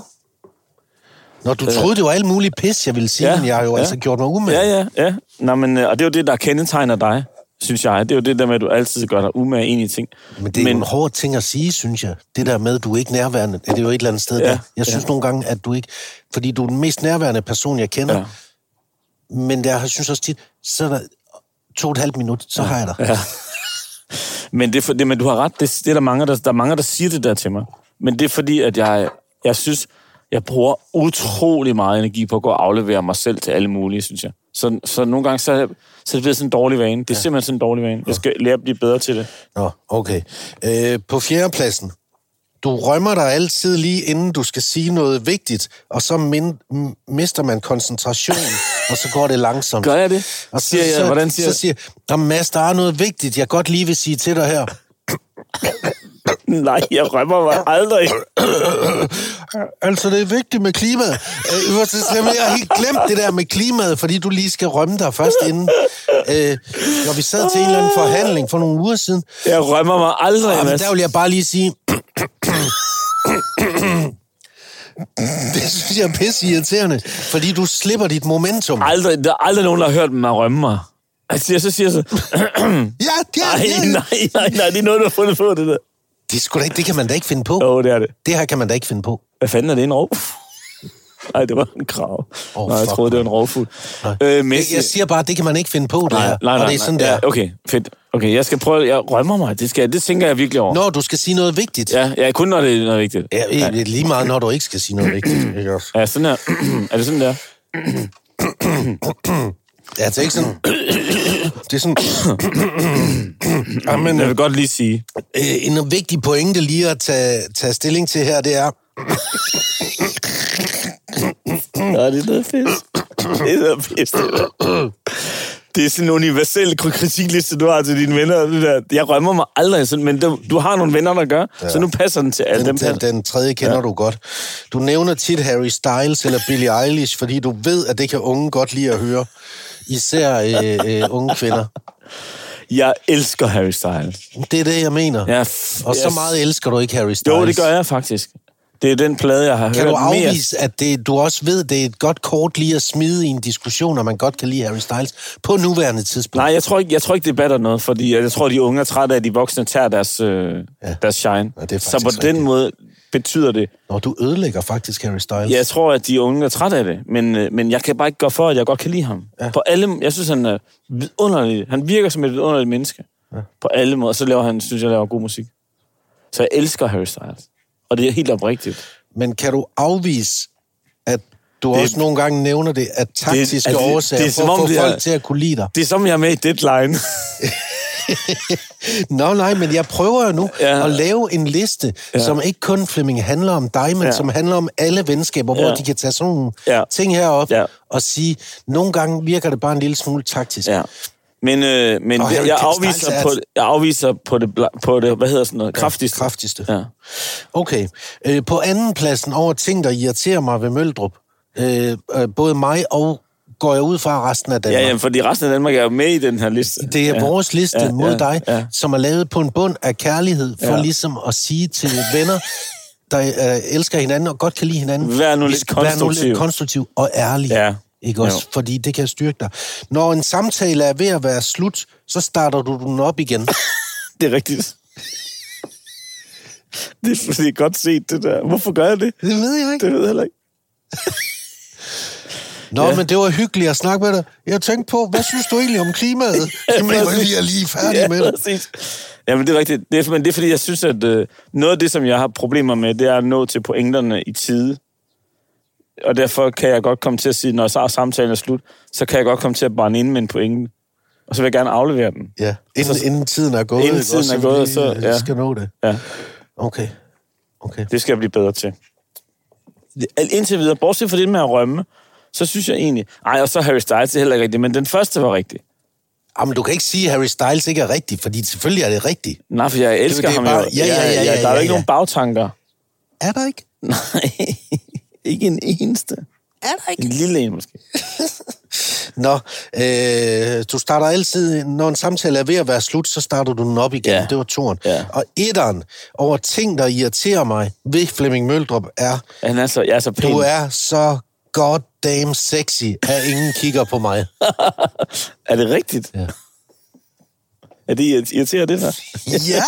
[SPEAKER 2] Nå, du troede, det var alt muligt pis, jeg ville sige, Øh. ja, men jeg har jo ja. altså gjort mig umage.
[SPEAKER 1] Ja, ja, ja. Nå, men, øh, og det er jo det, der kendetegner dig, synes jeg. Det er jo det der med, at du altid gør dig umage ind i ting.
[SPEAKER 2] Men det er men... en hård ting at sige, synes jeg. Det der med, at du er ikke er nærværende, det er jo et eller andet sted ja,
[SPEAKER 1] Ja,
[SPEAKER 2] der. Jeg synes ja. nogle gange, at du ikke... Fordi du er den mest nærværende person, jeg kender. Ja. Men jeg har- synes også tit, så er der to og et halvt minut, så ja. har jeg dig. Ja.
[SPEAKER 1] Men, det, er for- det, men du har ret, det, det er der mange, der, der er mange, der siger det der til mig. Men det er fordi, at jeg, jeg synes, jeg bruger utrolig meget energi på at gå og aflevere mig selv til alle mulige, synes jeg. Så, så nogle gange, så, er- så er det blevet sådan en dårlig vane. Det er ja. simpelthen sådan en dårlig vane. Jeg skal lære at blive bedre til det.
[SPEAKER 2] Nå, okay. Øh, på fjerdepladsen. Du rømmer dig altid lige inden du skal sige noget vigtigt, og så min, m- mister man koncentrationen, og så går det langsomt.
[SPEAKER 1] Gør jeg det?
[SPEAKER 2] Og så,
[SPEAKER 1] Siger jeg,
[SPEAKER 2] så,
[SPEAKER 1] hvordan siger
[SPEAKER 2] så
[SPEAKER 1] jeg?
[SPEAKER 2] siger jeg, Mads, der er noget vigtigt, jeg godt lige vil sige til dig her.
[SPEAKER 1] Nej, jeg rømmer mig aldrig.
[SPEAKER 2] Altså, det er vigtigt med klimaet. Øh, jeg var så slem, jeg har helt glemt det der med klimaet, fordi du lige skal rømme dig først inden. Øh, når vi sad til en eller anden forhandling for nogle uger siden,
[SPEAKER 1] Jeg rømmer mig aldrig,
[SPEAKER 2] Jamen,
[SPEAKER 1] Mads.
[SPEAKER 2] der vil jeg bare lige sige... det synes jeg er pisse irriterende, fordi du slipper dit momentum. Ja,
[SPEAKER 1] aldrig, der er aldrig nogen, der har hørt mig rømme mig. Altså, jeg så siger så,
[SPEAKER 2] (laughs) ja,
[SPEAKER 1] nej,
[SPEAKER 2] ja.
[SPEAKER 1] nej, nej, nej, det er noget, du har fundet på, det der.
[SPEAKER 2] Det, er sgu da ikke, det kan man da ikke finde på.
[SPEAKER 1] Jo, det er det.
[SPEAKER 2] Det her kan man da ikke finde på. (laughs)
[SPEAKER 1] Hvad fanden er det en rov? Nej, det var en krav.
[SPEAKER 2] Åh,
[SPEAKER 1] Oh, nej, jeg
[SPEAKER 2] fuck,
[SPEAKER 1] troede, det var en rovfugl.
[SPEAKER 2] Nej.
[SPEAKER 1] Øh,
[SPEAKER 2] Jeg,
[SPEAKER 1] Messi...
[SPEAKER 2] jeg siger bare, det kan man ikke finde på, det
[SPEAKER 1] nej,
[SPEAKER 2] her.
[SPEAKER 1] nej, nej,
[SPEAKER 2] og det er sådan,
[SPEAKER 1] nej.
[SPEAKER 2] der.
[SPEAKER 1] Ja, okay, fedt. Okay, jeg skal prøve... Jeg rømmer mig. Det, skal, jeg- det tænker jeg virkelig over.
[SPEAKER 2] Når du skal sige noget vigtigt.
[SPEAKER 1] Ja, ja, kun når det er noget vigtigt.
[SPEAKER 2] Ja, ja. Lige meget, når du ikke skal sige noget vigtigt. Ikke også?
[SPEAKER 1] Ja, sådan her. (clears throat) er det sådan der?
[SPEAKER 2] Ja, det er Altså, ikke sådan... det er sådan... Jamen,
[SPEAKER 1] Jeg vil godt lige
[SPEAKER 2] (clears throat)
[SPEAKER 1] sige...
[SPEAKER 2] øh, en vigtig pointe lige at tage, tage stilling til her, det er...
[SPEAKER 1] Nej, det er noget fedt. (clears throat) Det er noget fedt, det der. (clears throat) Det er sådan en universel kritikliste, du har til dine venner. og Det der. Jeg rømmer mig aldrig sådan, men du, du har nogle venner, der gør, ja. så nu passer den til alle dem.
[SPEAKER 2] Den, den,
[SPEAKER 1] passer-
[SPEAKER 2] den tredje kender ja. du godt. Du nævner tit Harry Styles eller Billie Eilish, fordi du ved, at det kan unge godt lide at høre. Især øh, øh, unge kvinder.
[SPEAKER 1] Jeg elsker Harry Styles.
[SPEAKER 2] Det er det, jeg mener.
[SPEAKER 1] Jeg,
[SPEAKER 2] Og så meget elsker du ikke Harry Styles.
[SPEAKER 1] Jo, det gør jeg faktisk. Det er den plade, jeg har
[SPEAKER 2] Kan
[SPEAKER 1] hørt
[SPEAKER 2] du
[SPEAKER 1] mere.
[SPEAKER 2] afvise, at det, du også ved, det er et godt kort lige at smide i en diskussion, at man godt kan lide Harry Styles på nuværende tidspunkt?
[SPEAKER 1] Nej, jeg tror, ikke, jeg tror ikke, det batter noget, fordi jeg tror, de unge er trætte af, at de voksne tager deres, øh, ja. deres shine.
[SPEAKER 2] Ja, det er
[SPEAKER 1] så
[SPEAKER 2] faktisk
[SPEAKER 1] på den
[SPEAKER 2] rigtigt.
[SPEAKER 1] måde betyder det.
[SPEAKER 2] Når du ødelægger faktisk Harry Styles.
[SPEAKER 1] Jeg tror, at de unge er trætte af det, men, øh, men jeg kan bare ikke gå for, at jeg godt kan lide ham. Ja. På alle, jeg synes, han er vidunderlig. Han virker som et vidunderligt menneske. Ja. På alle måder. Så laver han, synes jeg, laver god musik. Så jeg elsker Harry Styles. Og det er helt oprigtigt.
[SPEAKER 2] Men kan du afvise, at du det, også nogle gange nævner det, at taktiske
[SPEAKER 1] altså,
[SPEAKER 2] det,
[SPEAKER 1] det-
[SPEAKER 2] årsager
[SPEAKER 1] det
[SPEAKER 2] det
[SPEAKER 1] er
[SPEAKER 2] for
[SPEAKER 1] som
[SPEAKER 2] at
[SPEAKER 1] om,
[SPEAKER 2] få
[SPEAKER 1] det er-
[SPEAKER 2] folk til at kunne lide dig?
[SPEAKER 1] Det er som, jeg er med i Deadline.
[SPEAKER 2] Nå nej, men jeg prøver jo nu ja.
[SPEAKER 1] Ja.
[SPEAKER 2] at lave en liste, ja. som ikke kun Flemming handler om dig, men ja.
[SPEAKER 1] Ja.
[SPEAKER 2] som handler om alle venskaber, hvor
[SPEAKER 1] Ja.
[SPEAKER 2] de kan tage sådan nogle ja.
[SPEAKER 1] Ja.
[SPEAKER 2] ting herop ja.
[SPEAKER 1] Ja.
[SPEAKER 2] og sige, nogle gange virker det bare en lille smule taktisk. Ja.
[SPEAKER 1] ja. Men, øh, men
[SPEAKER 2] Og
[SPEAKER 1] jeg,
[SPEAKER 2] Harry
[SPEAKER 1] jeg,
[SPEAKER 2] Styles
[SPEAKER 1] afviser
[SPEAKER 2] er-
[SPEAKER 1] på, jeg afviser på det, bla- på det, hvad hedder sådan noget, kraftigste.
[SPEAKER 2] Kraftigste.
[SPEAKER 1] Ja.
[SPEAKER 2] Okay. Øh, på anden pladsen over ting, der irriterer mig ved Møldrup, øh, øh, både mig og går jeg ud fra resten af Danmark.
[SPEAKER 1] Ja, ja, fordi resten af Danmark er jo med i den her liste.
[SPEAKER 2] Det er
[SPEAKER 1] ja.
[SPEAKER 2] vores liste ja,
[SPEAKER 1] Ja,
[SPEAKER 2] mod
[SPEAKER 1] ja,
[SPEAKER 2] dig, ja.
[SPEAKER 1] ja.
[SPEAKER 2] som er lavet på en bund af kærlighed, for ja.
[SPEAKER 1] Ja.
[SPEAKER 2] ligesom at sige til venner, der øh, elsker hinanden og godt kan lide hinanden.
[SPEAKER 1] Vær nu
[SPEAKER 2] vi
[SPEAKER 1] lidt
[SPEAKER 2] skal være nu
[SPEAKER 1] konstruktiv.
[SPEAKER 2] lidt konstruktiv og ærlig.
[SPEAKER 1] Ja.
[SPEAKER 2] Ikke også?
[SPEAKER 1] Jo.
[SPEAKER 2] Fordi det kan styrke dig. Når en samtale er ved at være slut, så starter du den op igen.
[SPEAKER 1] Det er rigtigt. Det er, det er godt set, det der. Hvorfor gør jeg (laughs) det?
[SPEAKER 2] Det ved jeg ikke.
[SPEAKER 1] Det ved jeg heller ikke.
[SPEAKER 2] Nå, ja. men det var hyggeligt at snakke med dig. Jeg tænkte på, hvad synes du egentlig om
[SPEAKER 1] (laughs)
[SPEAKER 2] klimaet? Jamen, jeg
[SPEAKER 1] præcis.
[SPEAKER 2] er lige færdig med det.
[SPEAKER 1] præcis. Jamen, det er rigtigt. Det er, men det er, fordi jeg synes, at øh, noget af det, som jeg har problemer med, det er at nå til pointerne i tide. Og derfor kan jeg godt komme til at sige, når så er samtalen er slut, så kan jeg godt komme til at brænde ind med en pointe. Og så vil jeg gerne aflevere den.
[SPEAKER 2] Ja, inden,
[SPEAKER 1] Så-
[SPEAKER 2] inden tiden er gået.
[SPEAKER 1] Inden
[SPEAKER 2] ikke
[SPEAKER 1] tiden
[SPEAKER 2] også?
[SPEAKER 1] er gået,
[SPEAKER 2] vi,
[SPEAKER 1] så-
[SPEAKER 2] øh,
[SPEAKER 1] ja.
[SPEAKER 2] skal nå det.
[SPEAKER 1] Ja,
[SPEAKER 2] Okay. Okay.
[SPEAKER 1] det skal jeg blive bedre til. Det- al- Indtil videre, bortset fra det med at rømme, så synes jeg egentlig... Ej, og så Harry Styles det er heller ikke rigtigt, men den første var rigtig.
[SPEAKER 2] Jamen, Ah, du kan ikke sige, at Harry Styles ikke er rigtig, fordi selvfølgelig er det rigtigt.
[SPEAKER 1] Nej, for jeg elsker
[SPEAKER 2] det er
[SPEAKER 1] ham
[SPEAKER 2] bare-
[SPEAKER 1] jo.
[SPEAKER 2] ja, ja, ja, ja,
[SPEAKER 1] Der er
[SPEAKER 2] ja,
[SPEAKER 1] jo ikke
[SPEAKER 2] ja.
[SPEAKER 1] nogen
[SPEAKER 2] (laughs)
[SPEAKER 1] bagtanker.
[SPEAKER 2] Er der ikke?
[SPEAKER 1] Nej, ikke en eneste. Er der ikke? En lille en måske.
[SPEAKER 2] Nå, øh, du starter altid, når en samtale er ved at være slut, så starter du den op igen. Ja.
[SPEAKER 1] Ja.
[SPEAKER 2] Det var turen.
[SPEAKER 1] Ja.
[SPEAKER 2] Og etteren over ting, der irriterer mig ved Flemming Møldrup, er,
[SPEAKER 1] Han er så, jeg er så pæn.
[SPEAKER 2] du er så goddamn sexy, at ingen kigger på
[SPEAKER 1] (laughs)
[SPEAKER 2] mig.
[SPEAKER 1] Er det rigtigt?
[SPEAKER 2] Ja.
[SPEAKER 1] Er det irri- irriterer det dig?
[SPEAKER 2] Ja,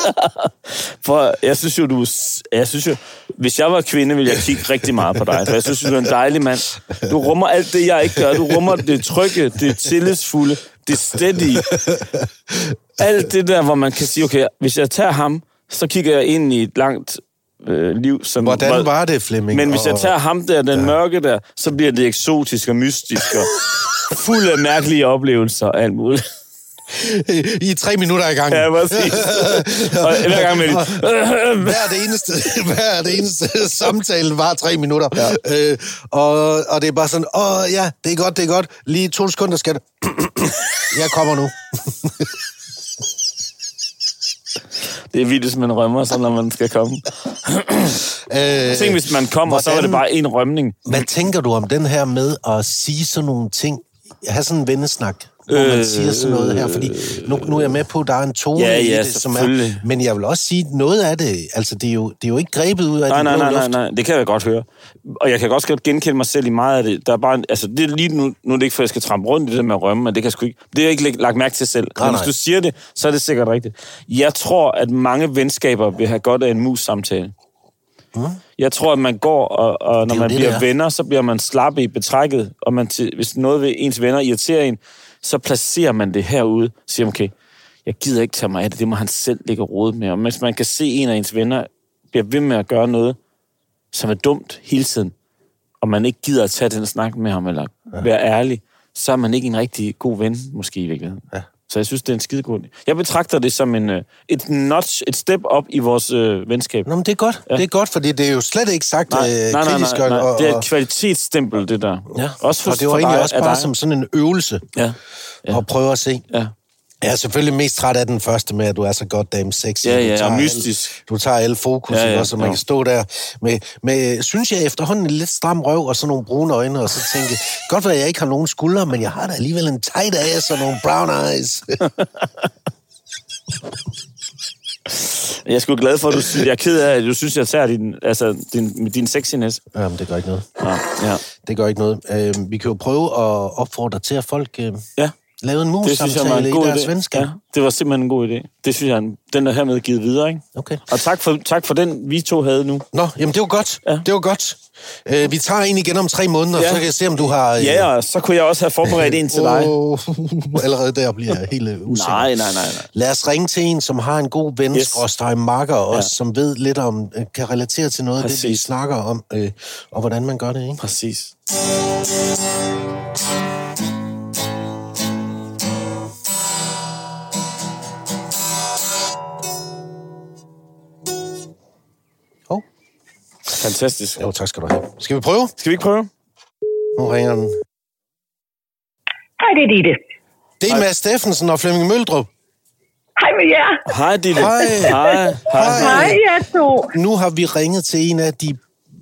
[SPEAKER 1] For jeg synes jo, du... er s- Jeg synes jo, hvis jeg var kvinde, ville jeg kigge rigtig meget på dig. For jeg synes, jo, du er en dejlig mand. Du rummer alt det, jeg ikke gør. Du rummer det trygge, det tillidsfulde, det steady. Alt det der, hvor man kan sige, okay, hvis jeg tager ham, så kigger jeg ind i et langt øh, liv. Som,
[SPEAKER 2] hvordan
[SPEAKER 1] hvor-
[SPEAKER 2] var det, Flemming?
[SPEAKER 1] Men hvis jeg
[SPEAKER 2] Og-
[SPEAKER 1] tager ham der, den mørke der, så bliver det eksotisk og mystisk og fuld af mærkelige oplevelser og alt muligt.
[SPEAKER 2] (laughs)
[SPEAKER 1] (laughs)
[SPEAKER 2] I tre minutter i gang.
[SPEAKER 1] Ja,
[SPEAKER 2] (laughs)
[SPEAKER 1] præcis. Og hver gang med det.
[SPEAKER 2] hver det eneste, (laughs) hver det eneste samtale var tre minutter. Ja. Øh, og, og det er bare sådan, åh ja, det er godt, det er godt. Lige to sekunder, skat. (clears throat) Jeg kommer nu.
[SPEAKER 1] Det er vildt, hvis man rømmer sig, når man skal komme. Tænk,
[SPEAKER 2] Øh,
[SPEAKER 1] hvis man kommer, og så var det bare en rømning.
[SPEAKER 2] hvad tænker du om den her med at sige sådan nogle ting? Have sådan en vennesnak, hvor man
[SPEAKER 1] Øh,
[SPEAKER 2] siger sådan noget her, fordi nu, nu er jeg med på, at der er en tone
[SPEAKER 1] Ja, ja,
[SPEAKER 2] i det, som er...
[SPEAKER 1] selvfølgelig.
[SPEAKER 2] Men jeg vil også sige, noget af det, altså det er jo, det er jo ikke grebet ud af
[SPEAKER 1] Nej,
[SPEAKER 2] den
[SPEAKER 1] nej,
[SPEAKER 2] blå
[SPEAKER 1] nej,
[SPEAKER 2] luft.
[SPEAKER 1] nej, nej, det kan jeg godt høre. Og jeg kan også godt genkende mig selv i meget af det. Der er bare, en- altså, det er lige nu, nu er det ikke, for jeg skal trampe rundt i det med at rømme, men det kan jeg sgu ikke. Det har jeg ikke læg- lagt mærke til selv.
[SPEAKER 2] Nej,
[SPEAKER 1] Men
[SPEAKER 2] nej.
[SPEAKER 1] hvis du siger det, så er det sikkert rigtigt. Jeg tror, at mange venskaber vil have godt af en mus-samtale. Mm. Jeg tror, at man går, og, og når
[SPEAKER 2] jo
[SPEAKER 1] man
[SPEAKER 2] det,
[SPEAKER 1] bliver
[SPEAKER 2] det er.
[SPEAKER 1] venner, så bliver man slappet i betrækket, og man til, hvis noget ved ens venner irriterer en, så placerer man det herude, siger man, okay, jeg gider ikke tage mig af det, det må han selv ligge og rode med. Og hvis man kan se en af ens venner bliver ved med at gøre noget, som er dumt hele tiden, og man ikke gider at tage den snak med ham, eller ja. være ærlig, så er man ikke en rigtig god ven, måske i virkeligheden.
[SPEAKER 2] Ja.
[SPEAKER 1] Så jeg synes, det er en skidegod... Jeg betragter det som en, øh, et notch, et step op i vores øh, venskab.
[SPEAKER 2] Nå, men det er godt. Ja. Det er godt, fordi det er jo slet ikke sagt nej, øh,
[SPEAKER 1] nej, nej,
[SPEAKER 2] kritisk.
[SPEAKER 1] nej, nej.
[SPEAKER 2] Og,
[SPEAKER 1] Det er
[SPEAKER 2] og-
[SPEAKER 1] et kvalitetsstempel, det der.
[SPEAKER 2] ja.
[SPEAKER 1] Også
[SPEAKER 2] og det var
[SPEAKER 1] for
[SPEAKER 2] egentlig
[SPEAKER 1] dig,
[SPEAKER 2] også
[SPEAKER 1] af
[SPEAKER 2] bare
[SPEAKER 1] dig.
[SPEAKER 2] som sådan en øvelse
[SPEAKER 1] Ja,
[SPEAKER 2] ja. at prøve at se.
[SPEAKER 1] ja.
[SPEAKER 2] Jeg er selvfølgelig mest træt af den første med, at du er så goddamn sexy.
[SPEAKER 1] Ja, ja,
[SPEAKER 2] du
[SPEAKER 1] og
[SPEAKER 2] tager
[SPEAKER 1] mystisk.
[SPEAKER 2] Al, du tager alle fokus,
[SPEAKER 1] Ja,
[SPEAKER 2] ja,
[SPEAKER 1] ja,
[SPEAKER 2] ja, så man
[SPEAKER 1] jo.
[SPEAKER 2] kan stå der med, med, synes jeg efterhånden, en lidt stram røv og sådan nogle brune øjne, og så tænke, (laughs) godt være, jeg ikke har nogen skuldre, men jeg har da alligevel en tight ass og nogle brown
[SPEAKER 1] (laughs)
[SPEAKER 2] eyes.
[SPEAKER 1] Jeg er sgu glad for, at du synes, jeg er ked af, at du synes, jeg tager din, altså, din, din sexiness.
[SPEAKER 2] Jamen, Øhm, det gør ikke noget.
[SPEAKER 1] Ja, ja.
[SPEAKER 2] Det gør ikke noget. Øh, vi kan jo prøve at opfordre til, at folk øh,
[SPEAKER 1] ja.
[SPEAKER 2] laver en
[SPEAKER 1] Det synes jeg var
[SPEAKER 2] mus-samtale
[SPEAKER 1] en
[SPEAKER 2] i
[SPEAKER 1] god
[SPEAKER 2] deres
[SPEAKER 1] idé.
[SPEAKER 2] venskab.
[SPEAKER 1] Ja, det var simpelthen en god idé. Det synes jeg, den er hermed givet videre, ikke?
[SPEAKER 2] Okay.
[SPEAKER 1] Og tak for, tak for den, vi to havde nu.
[SPEAKER 2] Nå, jamen det var godt.
[SPEAKER 1] Ja.
[SPEAKER 2] Ja. Det var godt. Øh, vi tager en igen om tre måneder,
[SPEAKER 1] Ja.
[SPEAKER 2] ja. så kan jeg se, om du har... Øh,
[SPEAKER 1] Ja, og så kunne jeg også have forberedt en til dig.
[SPEAKER 2] Åh, (laughs) allerede der bliver jeg helt øh, usikker.
[SPEAKER 1] Nej, nej, nej, nej.
[SPEAKER 2] Lad os ringe til en, som har en god ven,
[SPEAKER 1] Yes.
[SPEAKER 2] yes. makker også, ja. som ved lidt om, øh, kan relatere til noget af det, vi
[SPEAKER 1] Præcis.
[SPEAKER 2] snakker om, øh, og hvordan man gør det, ikke?
[SPEAKER 1] Præcis.
[SPEAKER 2] Hov.
[SPEAKER 1] Fantastisk.
[SPEAKER 2] Jo, tak skal du have. Skal vi prøve?
[SPEAKER 1] Skal vi ikke prøve?
[SPEAKER 2] Nu ringer den.
[SPEAKER 3] Hej, det er Ditte.
[SPEAKER 2] Det er Mads Steffensen og Flemming Møldrup.
[SPEAKER 3] Hej med jer.
[SPEAKER 1] Hej, Ditte.
[SPEAKER 2] Hej.
[SPEAKER 1] Hej. Hej.
[SPEAKER 2] Hej.
[SPEAKER 3] Hej, jer to. (laughs)
[SPEAKER 2] Nu har vi ringet til en af de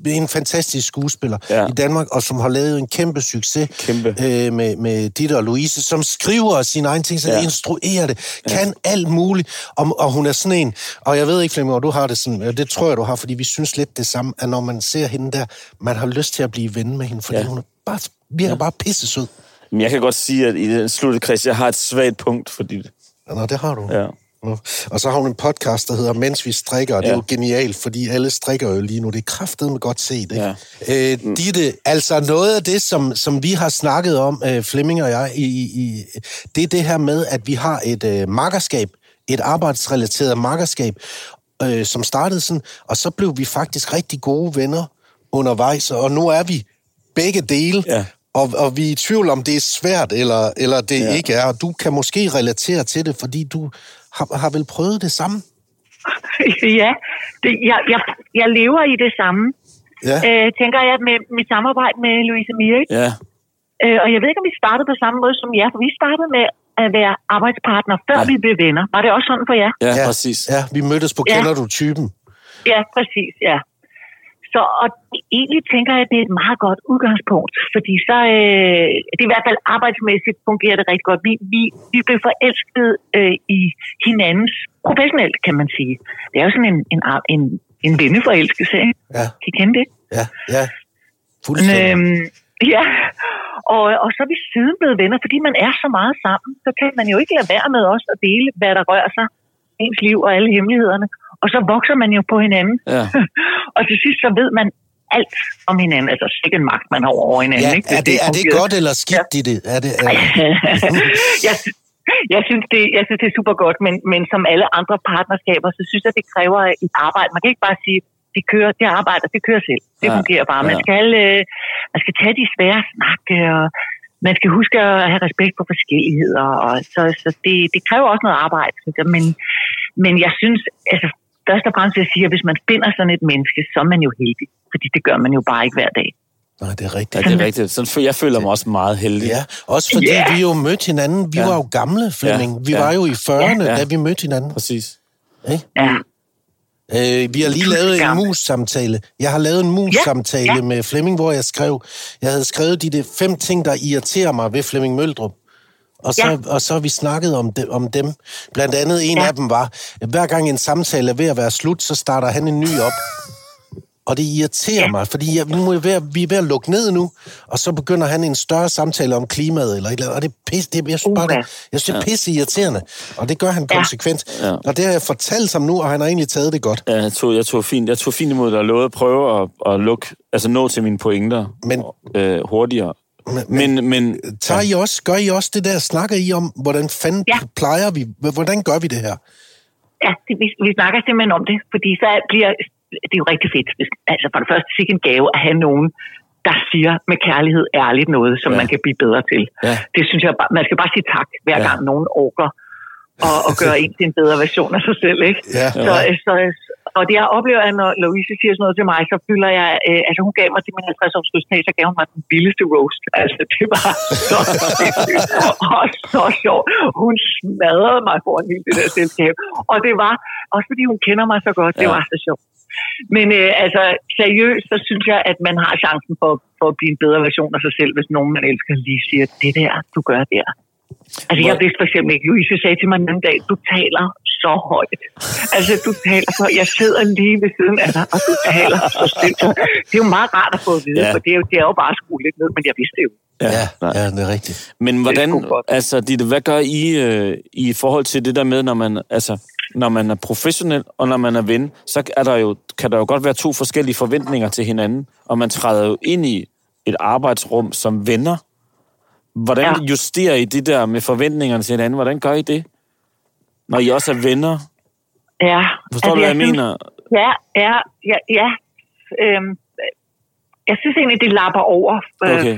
[SPEAKER 2] en fantastisk skuespiller
[SPEAKER 1] Ja.
[SPEAKER 2] ja. i Danmark, og som har lavet en kæmpe succes
[SPEAKER 1] Kæmpe.
[SPEAKER 2] Øh, med, med Ditte og Louise, som skriver sine egne ting, så
[SPEAKER 1] Ja.
[SPEAKER 2] ja. instruerer det, kan alt muligt, og, og hun er sådan en, og jeg ved ikke, Flemming, om du har det sådan, og det tror jeg, du har, fordi vi synes lidt det samme, at når man ser hende der, man har lyst til at blive ven med hende, fordi
[SPEAKER 1] Ja.
[SPEAKER 2] ja. hun er bare, virker ja. bare pissesød.
[SPEAKER 1] Men jeg kan godt sige, at i den sluttede kreds, jeg har et svagt punkt for dit.
[SPEAKER 2] Nå, det har du.
[SPEAKER 1] Ja.
[SPEAKER 2] Nå. Og så har hun en podcast, der hedder Mens vi strikker, og det
[SPEAKER 1] Ja.
[SPEAKER 2] er jo genialt, fordi alle strikker jo lige nu. Det er kraftedeme godt set, ikke?
[SPEAKER 1] Ja.
[SPEAKER 2] Ja. Øh, Ditte, altså noget af det, som, som vi har snakket om, øh, Flemming og jeg, i, i, i, det er det her med, at vi har et øh, makkerskab, et arbejdsrelateret makkerskab, øh, som startede sådan, og så blev vi faktisk rigtig gode venner undervejs, og nu er vi begge dele,
[SPEAKER 1] Ja.
[SPEAKER 2] og, og vi er i tvivl om, det er svært, eller, eller det ja. ikke er. Og du kan måske relatere til det, fordi du har, har vel prøvet det samme.
[SPEAKER 3] ja, det, jeg, jeg, jeg lever i det samme.
[SPEAKER 2] Ja.
[SPEAKER 3] Øh, tænker jeg med mit samarbejde med Louise Mirik.
[SPEAKER 1] Ja.
[SPEAKER 3] Øh, og jeg ved ikke, om vi startede på samme måde som jer, for vi startede med at være arbejdspartner, før
[SPEAKER 1] Ja.
[SPEAKER 3] ja. vi blev venner. Var det også sådan for jer?
[SPEAKER 1] Ja, ja, præcis.
[SPEAKER 2] Ja, vi mødtes på
[SPEAKER 3] Ja.
[SPEAKER 2] ja. Kender du typen?
[SPEAKER 3] Ja, præcis, ja. Så og egentlig tænker jeg, at det er et meget godt udgangspunkt, fordi så, øh, det er i hvert fald arbejdsmæssigt fungerer det rigtig godt. Vi, vi, vi blev forelsket øh, i hinandens professionelt, kan man sige. Det er jo sådan en, en, ar- en, en venneforelskelse, ikke?
[SPEAKER 2] Ja,
[SPEAKER 3] Kan I kende det?
[SPEAKER 2] ja, ja. Fuldstændig.
[SPEAKER 3] Men, øhm, ja, og, og så er vi siden blevet venner, fordi man er så meget sammen, så kan man jo ikke lade være med os at dele, hvad der rører sig, ens liv og alle hemmelighederne. Og så vokser man jo på hinanden.
[SPEAKER 1] Ja.
[SPEAKER 3] og til sidst så ved man alt om hinanden, altså sikkert magt man har over hinanden.
[SPEAKER 2] Ja,
[SPEAKER 3] ikke?
[SPEAKER 2] er, det, er det
[SPEAKER 3] fungerer.
[SPEAKER 2] godt eller skidt, ja. Ditte? Er det, er,
[SPEAKER 3] (laughs) jeg, sy- jeg, synes, det, jeg synes, det er super godt, men, men som alle andre partnerskaber, så synes jeg, det kræver et arbejde. Man kan ikke bare sige, det kører, det arbejder, det kører selv. Det
[SPEAKER 1] Ja,
[SPEAKER 3] ja, fungerer bare. Man,
[SPEAKER 1] ja.
[SPEAKER 3] skal, øh, man skal tage de svære snakke, og man skal huske at have respekt for forskelligheder. Og så så det, det kræver også noget arbejde, synes jeg. Men, men jeg synes, altså, først og fremmest vil jeg sige, at hvis man finder sådan et menneske, så er man jo heldig. Fordi det gør man jo bare ikke hver dag.
[SPEAKER 2] nej, det er
[SPEAKER 1] Ja,
[SPEAKER 2] rigtigt.
[SPEAKER 1] det er rigtigt. Sådan, fø- jeg føler mig også meget heldig.
[SPEAKER 2] Ja, også fordi
[SPEAKER 3] Ja.
[SPEAKER 2] yeah. vi jo mødte hinanden. Vi
[SPEAKER 1] Ja.
[SPEAKER 2] ja. var jo gamle, Flemming.
[SPEAKER 1] Ja,
[SPEAKER 2] Vi
[SPEAKER 1] ja.
[SPEAKER 2] var jo i 40'erne,
[SPEAKER 1] Ja.
[SPEAKER 2] ja. da vi mødte hinanden.
[SPEAKER 1] Præcis.
[SPEAKER 3] Ja.
[SPEAKER 2] Øh, vi har lige lavet en
[SPEAKER 3] Gamle.
[SPEAKER 2] mus-samtale. Jeg har lavet en mus-samtale ja. med Flemming, hvor jeg skrev, jeg havde skrevet de der fem ting, der irriterer mig ved Flemming Møldrup. Og så, ja.
[SPEAKER 3] Ja.
[SPEAKER 2] og så har vi snakket om, de, om dem. Blandt andet en
[SPEAKER 3] Ja.
[SPEAKER 2] ja. af dem var, hver gang en samtale er ved at være slut, så starter han en ny op. Og det irriterer ja. mig, fordi jeg, nu må jeg være, vi er ved at lukke ned nu, og så begynder han en større samtale om klimaet, eller et eller andet, og det er pisse, det, jeg synes bare, det, jeg synes, det er pisse irriterende, og det gør han
[SPEAKER 3] Ja.
[SPEAKER 2] konsekvent.
[SPEAKER 1] Ja.
[SPEAKER 2] Og det har jeg fortalt ham nu, og han har egentlig taget det godt.
[SPEAKER 1] Ja, jeg tog, jeg tog fint, jeg tog fint imod dig og lovede at prøve at, at lukke, altså nå til mine pointer
[SPEAKER 2] Men-
[SPEAKER 1] øh, hurtigere. Men, men, men
[SPEAKER 2] Tager I også, gør I også det der, snakker I om, hvordan fanden ja.
[SPEAKER 3] Ja.
[SPEAKER 2] plejer vi, hvordan gør vi det her?
[SPEAKER 3] Ja, det, vi, vi snakker simpelthen om det, fordi så bliver det er jo rigtig fedt. Hvis, altså for det første sikke en gave at have nogen, der siger med kærlighed ærligt noget, som
[SPEAKER 1] Ja.
[SPEAKER 3] ja. man kan blive bedre til.
[SPEAKER 1] Ja.
[SPEAKER 3] Det synes jeg, bare- man skal bare sige tak, hver
[SPEAKER 1] Ja.
[SPEAKER 3] ja. gang nogen orker og, og gøre en til en bedre version af sig selv. Ikke?
[SPEAKER 2] Ja.
[SPEAKER 3] Så, øh, så, og det jeg oplever, at når Louise siger sådan noget til mig, så fylder jeg, øh, altså hun gav mig til min 50 års fødselsdag, så gav hun mig den vildeste roast. Altså det var så sindssygt og så sjovt. Hun smadrede mig foran hele det der selskab. Og det var, også fordi hun kender mig så godt, det
[SPEAKER 1] Ja.
[SPEAKER 3] var så sjovt. Men øh, altså seriøst, så synes jeg, at man har chancen for, for at blive en bedre version af sig selv, hvis nogen, man elsker, lige siger, det der, du gør der. Altså, jeg
[SPEAKER 1] Hvor-
[SPEAKER 3] vidste for eksempel ikke, Louise sagde til mig den anden dag, du taler så højt. Altså, du taler så, jeg sidder lige ved siden af dig, og du taler så stille. Det er jo meget rart at få at vide,
[SPEAKER 1] Ja.
[SPEAKER 3] ja. for det er, jo, det er jo bare at skrue lidt ned, men jeg vidste det jo.
[SPEAKER 1] Ja,
[SPEAKER 2] ja,
[SPEAKER 1] nej.
[SPEAKER 2] ja det er rigtigt.
[SPEAKER 1] Men
[SPEAKER 3] sgu
[SPEAKER 1] hvordan,
[SPEAKER 3] godt.
[SPEAKER 1] altså, Ditte, hvad gør I øh, i forhold til det der med, når man, altså, når man er professionel og når man er ven, så er der jo, kan der jo godt være to forskellige forventninger til hinanden, og man træder jo ind i et arbejdsrum som venner. Hvordan ja.
[SPEAKER 3] Ja.
[SPEAKER 1] justerer I det der med forventningerne til hinanden? Hvordan gør I det, når I også er venner?
[SPEAKER 3] Ja.
[SPEAKER 1] Forstår du, hvad jeg
[SPEAKER 3] Altså, synes-
[SPEAKER 1] mener?
[SPEAKER 3] Ja, ja, ja, ja. Øhm, jeg synes egentlig, det lapper over øh,
[SPEAKER 1] Okay.
[SPEAKER 3] okay.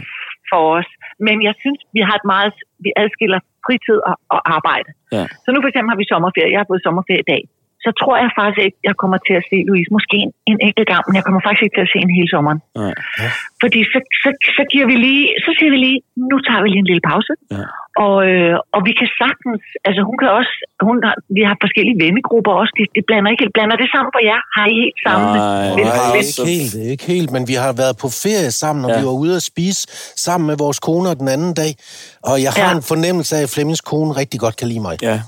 [SPEAKER 3] for os. Men jeg synes, vi har et meget, vi adskiller fritid og, og arbejde.
[SPEAKER 1] Ja.
[SPEAKER 3] Så nu for eksempel har vi sommerferie. Jeg har fået sommerferie i dag. Så tror jeg faktisk ikke, jeg kommer til at se Louise. Måske en, en enkelt gang, men jeg kommer faktisk ikke til at se hende hele sommeren.
[SPEAKER 1] Nej.
[SPEAKER 3] Fordi så, så, så, giver vi lige, så siger vi lige, nu tager vi lige en lille pause.
[SPEAKER 1] Ja.
[SPEAKER 3] Og, øh, og vi kan sagtens, altså hun kan også, hun har, vi har forskellige vennegrupper også, det, det blander ikke, blander det sammen for jer? Har I helt sammen?
[SPEAKER 1] Nej,
[SPEAKER 3] Vel-
[SPEAKER 2] Nej,
[SPEAKER 1] nej,
[SPEAKER 3] vel-
[SPEAKER 2] ikke helt, ikke helt, men vi har været på ferie sammen, og
[SPEAKER 1] Ja.
[SPEAKER 2] ja. vi var ude at spise sammen med vores koner den anden dag. Og jeg har ja.
[SPEAKER 3] Ja.
[SPEAKER 2] en fornemmelse af, at Flemmings kone rigtig godt kan lide mig.
[SPEAKER 1] Ja.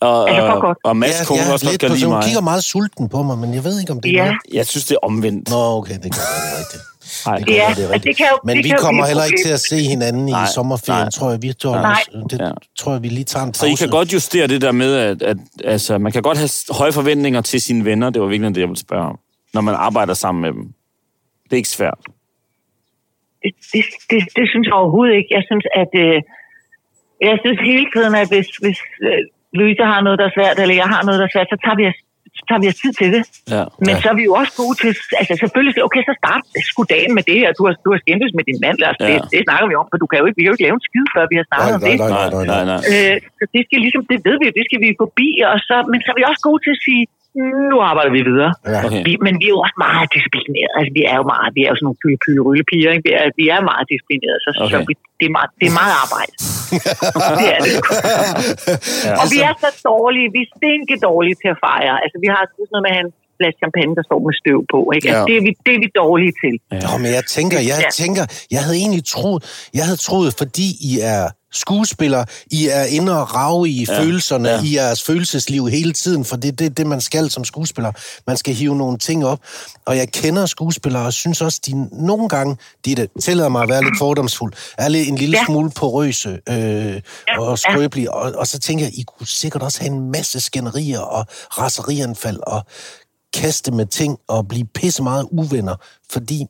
[SPEAKER 1] Og,
[SPEAKER 3] Altså, for
[SPEAKER 1] og,
[SPEAKER 3] godt.
[SPEAKER 1] og Mads kone også godt
[SPEAKER 2] lidt
[SPEAKER 1] kan
[SPEAKER 2] på-
[SPEAKER 1] lide
[SPEAKER 2] Hun
[SPEAKER 1] mig.
[SPEAKER 2] kigger meget sulten på mig, men jeg ved ikke, om det er
[SPEAKER 3] Ja.
[SPEAKER 2] noget.
[SPEAKER 1] Jeg synes, det er omvendt.
[SPEAKER 2] Nå, okay, det kan være, det er rigtigt.
[SPEAKER 1] Nej.
[SPEAKER 2] kan
[SPEAKER 3] Ja,
[SPEAKER 2] være, det er
[SPEAKER 3] altså, det kan jo-
[SPEAKER 2] Men
[SPEAKER 3] det
[SPEAKER 2] vi
[SPEAKER 3] kan jo
[SPEAKER 2] kommer
[SPEAKER 3] blive et
[SPEAKER 2] heller ikke til
[SPEAKER 3] problem.
[SPEAKER 2] at se hinanden
[SPEAKER 1] Nej,
[SPEAKER 2] i sommerferien,
[SPEAKER 1] nej.
[SPEAKER 2] tror jeg. Vi tror,
[SPEAKER 3] Nej.
[SPEAKER 2] det
[SPEAKER 1] Ja.
[SPEAKER 2] tror jeg, vi lige tager en pause.
[SPEAKER 1] Så I kan godt justere det der med, at, at altså, man kan godt have s- høje forventninger til sine venner, det var virkelig det, jeg ville spørge om, når man arbejder sammen med dem. Det er ikke svært.
[SPEAKER 3] Det, det, det, det synes jeg overhovedet ikke. Jeg synes, at øh, jeg synes hele tiden, at hvis, hvis øh, Louise har noget, der er svært, eller jeg har noget, der er svært, så tager vi os, så tager vi os tid til det.
[SPEAKER 1] Ja.
[SPEAKER 3] Men
[SPEAKER 2] Ja.
[SPEAKER 3] ja. så er vi jo også gode til, altså selvfølgelig, skal- okay, så start sgu dagen med det her. Du har, du har skændtes med din mand, Lars.
[SPEAKER 1] Ja.
[SPEAKER 3] Ja. Det, det, snakker vi om, for du kan jo ikke, vi kan jo ikke lave en skid, før vi har snakket
[SPEAKER 2] Nej,
[SPEAKER 3] om det.
[SPEAKER 2] nej, nej, nej, nej.
[SPEAKER 3] Øh, så det skal ligesom, det ved vi jo, det skal vi forbi, og så, men så er vi også gode til at sige, nu arbejder vi videre.
[SPEAKER 2] Ja.
[SPEAKER 1] Okay.
[SPEAKER 3] Vi, men vi er jo også meget disciplinerede. Altså, vi er jo meget, vi er jo sådan nogle pyre-pyre-rylle-piger, ikke? Vi er, vi er meget disciplinerede, så, okay. så
[SPEAKER 1] Okay.
[SPEAKER 3] vi, det, er meget, det er meget
[SPEAKER 2] (laughs)
[SPEAKER 3] arbejde. det er det. sgu. Og vi
[SPEAKER 2] Altså-
[SPEAKER 3] er så dårlige, vi er stinke dårlige til at fejre. Altså, vi har sådan noget med at have en glas champagne, der står med støv på, ikke? Altså,
[SPEAKER 2] Ja.
[SPEAKER 3] det, er vi, det er vi dårlige til.
[SPEAKER 2] Nå, men jeg tænker, jeg
[SPEAKER 3] Ja.
[SPEAKER 2] tænker, jeg havde egentlig troet, jeg havde troet, fordi I er skuespillere, I er inde og rave i ja. følelserne,
[SPEAKER 1] ja.
[SPEAKER 2] ja. i jeres følelsesliv hele tiden, for det er det, det, man skal som skuespiller. Man skal hive nogle ting op, og jeg kender skuespillere, og synes også, de nogle gange, de der, tillader mig at være lidt fordomsfuld, er lidt en lille ja.
[SPEAKER 3] Ja.
[SPEAKER 2] smule porøse øh, ja.
[SPEAKER 3] ja.
[SPEAKER 2] og skrøbelige, og, og så tænker jeg, I kunne sikkert også have en masse skænderier og raserianfald og kaste med ting og blive pisse meget uvenner, fordi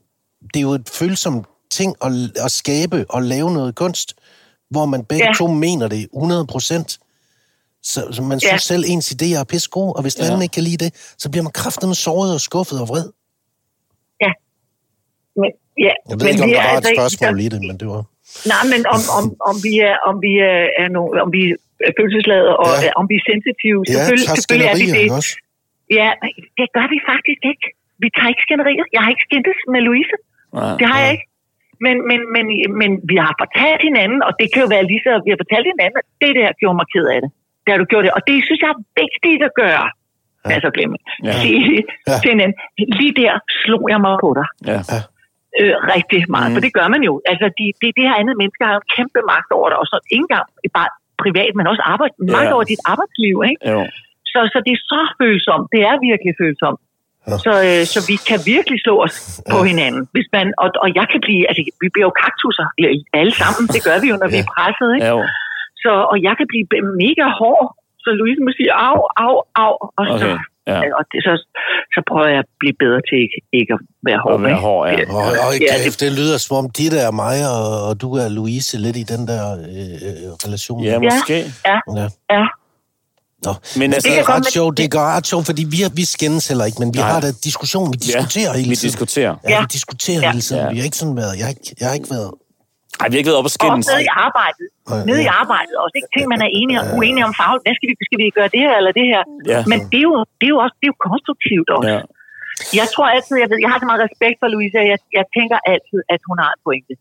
[SPEAKER 2] det er jo et følsomt ting at, at skabe og lave noget kunst, hvor man begge ja.
[SPEAKER 3] Ja.
[SPEAKER 2] to mener det 100 procent. Så, så man
[SPEAKER 3] Ja.
[SPEAKER 2] synes selv, ens idéer er pisse gode, og hvis den
[SPEAKER 1] Ja.
[SPEAKER 2] anden ikke kan lide det, så bliver man kraftedeme såret og skuffet og vred.
[SPEAKER 3] Men, ja,
[SPEAKER 2] Jeg ved
[SPEAKER 3] men
[SPEAKER 2] ikke, om
[SPEAKER 3] vi
[SPEAKER 2] der
[SPEAKER 3] er
[SPEAKER 2] var
[SPEAKER 3] altså
[SPEAKER 2] et
[SPEAKER 3] ikke-
[SPEAKER 2] spørgsmål i det, men det var...
[SPEAKER 3] Nej, men om, om, om vi er, om vi er, er nogen, om vi er følelsesladet, og
[SPEAKER 2] Ja.
[SPEAKER 3] ja. om vi er sensitive.
[SPEAKER 2] Ja,
[SPEAKER 3] selvfølgelig,
[SPEAKER 2] tak
[SPEAKER 3] selvfølgelig er vi det.
[SPEAKER 2] skænderier også.
[SPEAKER 3] Ja, men det gør vi faktisk ikke. Vi tager ikke skænderier. Jeg har ikke skændtes med Louise.
[SPEAKER 1] Nej.
[SPEAKER 3] Det har jeg ikke. Men, men, men, men vi har fortalt hinanden, og det kan jo være lige så, at vi har fortalt hinanden, at det der gjorde mig ked af det. Det har du gjort det. Og det synes jeg er vigtigt at gøre. Ja. Altså glemme.
[SPEAKER 1] Ja.
[SPEAKER 3] Ja. Sige
[SPEAKER 2] Ja.
[SPEAKER 3] ja. til hinanden, lige der slog jeg mig på dig
[SPEAKER 1] Ja.
[SPEAKER 3] øh, rigtig meget,
[SPEAKER 1] Mm.
[SPEAKER 3] mm. for det gør man jo. Altså, de, de, det her andet menneske har jo en kæmpe magt over dig, og så ikke engang bare privat, men også arbejde, magt
[SPEAKER 1] Ja.
[SPEAKER 3] over dit arbejdsliv, ikke?
[SPEAKER 1] Jo.
[SPEAKER 3] Så, så det er så følsomt. Det er virkelig følsomt. Så, øh, så vi kan virkelig slå os på hinanden. Hvis man, og, og jeg kan blive, altså vi bliver jo kaktusser alle sammen, det gør vi jo, når vi er presset. Ikke?
[SPEAKER 1] Ja, jo.
[SPEAKER 3] Så, og jeg kan blive mega hård, så Louise må sige, au, au, au, og så,
[SPEAKER 1] Okay, ja.
[SPEAKER 3] og det, så, så prøver jeg at blive bedre til ikke, ikke at være hård.
[SPEAKER 1] At være
[SPEAKER 3] ikke?
[SPEAKER 1] hård, ja.
[SPEAKER 2] Og, og
[SPEAKER 3] Ja, det-
[SPEAKER 2] kæft, det lyder som om dit er mig, og, og du er Louise lidt i den der øh, øh, relation.
[SPEAKER 1] Ja, måske.
[SPEAKER 3] Ja,
[SPEAKER 2] ja.
[SPEAKER 3] ja.
[SPEAKER 2] Nå.
[SPEAKER 1] Men
[SPEAKER 2] Altså,
[SPEAKER 1] altså,
[SPEAKER 2] det
[SPEAKER 3] kan
[SPEAKER 2] er
[SPEAKER 3] godt
[SPEAKER 2] ret
[SPEAKER 3] være-
[SPEAKER 2] sjovt, det er ret sjovt, fordi vi, vi skændes heller ikke, men vi
[SPEAKER 1] Nej.
[SPEAKER 2] har da diskussion, vi diskuterer
[SPEAKER 1] ja,
[SPEAKER 2] hele
[SPEAKER 1] vi
[SPEAKER 2] tiden.
[SPEAKER 1] diskuterer.
[SPEAKER 2] ja,
[SPEAKER 3] Ja.
[SPEAKER 2] vi diskuterer
[SPEAKER 3] Ja.
[SPEAKER 2] hele tiden.
[SPEAKER 1] Ja.
[SPEAKER 2] Vi har ikke sådan været, jeg, har ikke- jeg har ikke været...
[SPEAKER 1] Ej, vi har ikke været op og
[SPEAKER 3] Og
[SPEAKER 1] skændes.
[SPEAKER 3] også nede i arbejdet.
[SPEAKER 2] Ja,
[SPEAKER 3] Nede i
[SPEAKER 2] ja.
[SPEAKER 3] arbejdet også. Ikke ting, man er enige om, uenige om farve. Hvad skal vi, skal vi gøre det her eller det her?
[SPEAKER 1] Ja.
[SPEAKER 3] Men det er jo, det er jo også det er jo konstruktivt også.
[SPEAKER 1] Ja.
[SPEAKER 3] Jeg tror altid, jeg, ved, jeg har så meget respekt for Louise, at jeg, jeg tænker altid, at hun har en pointe.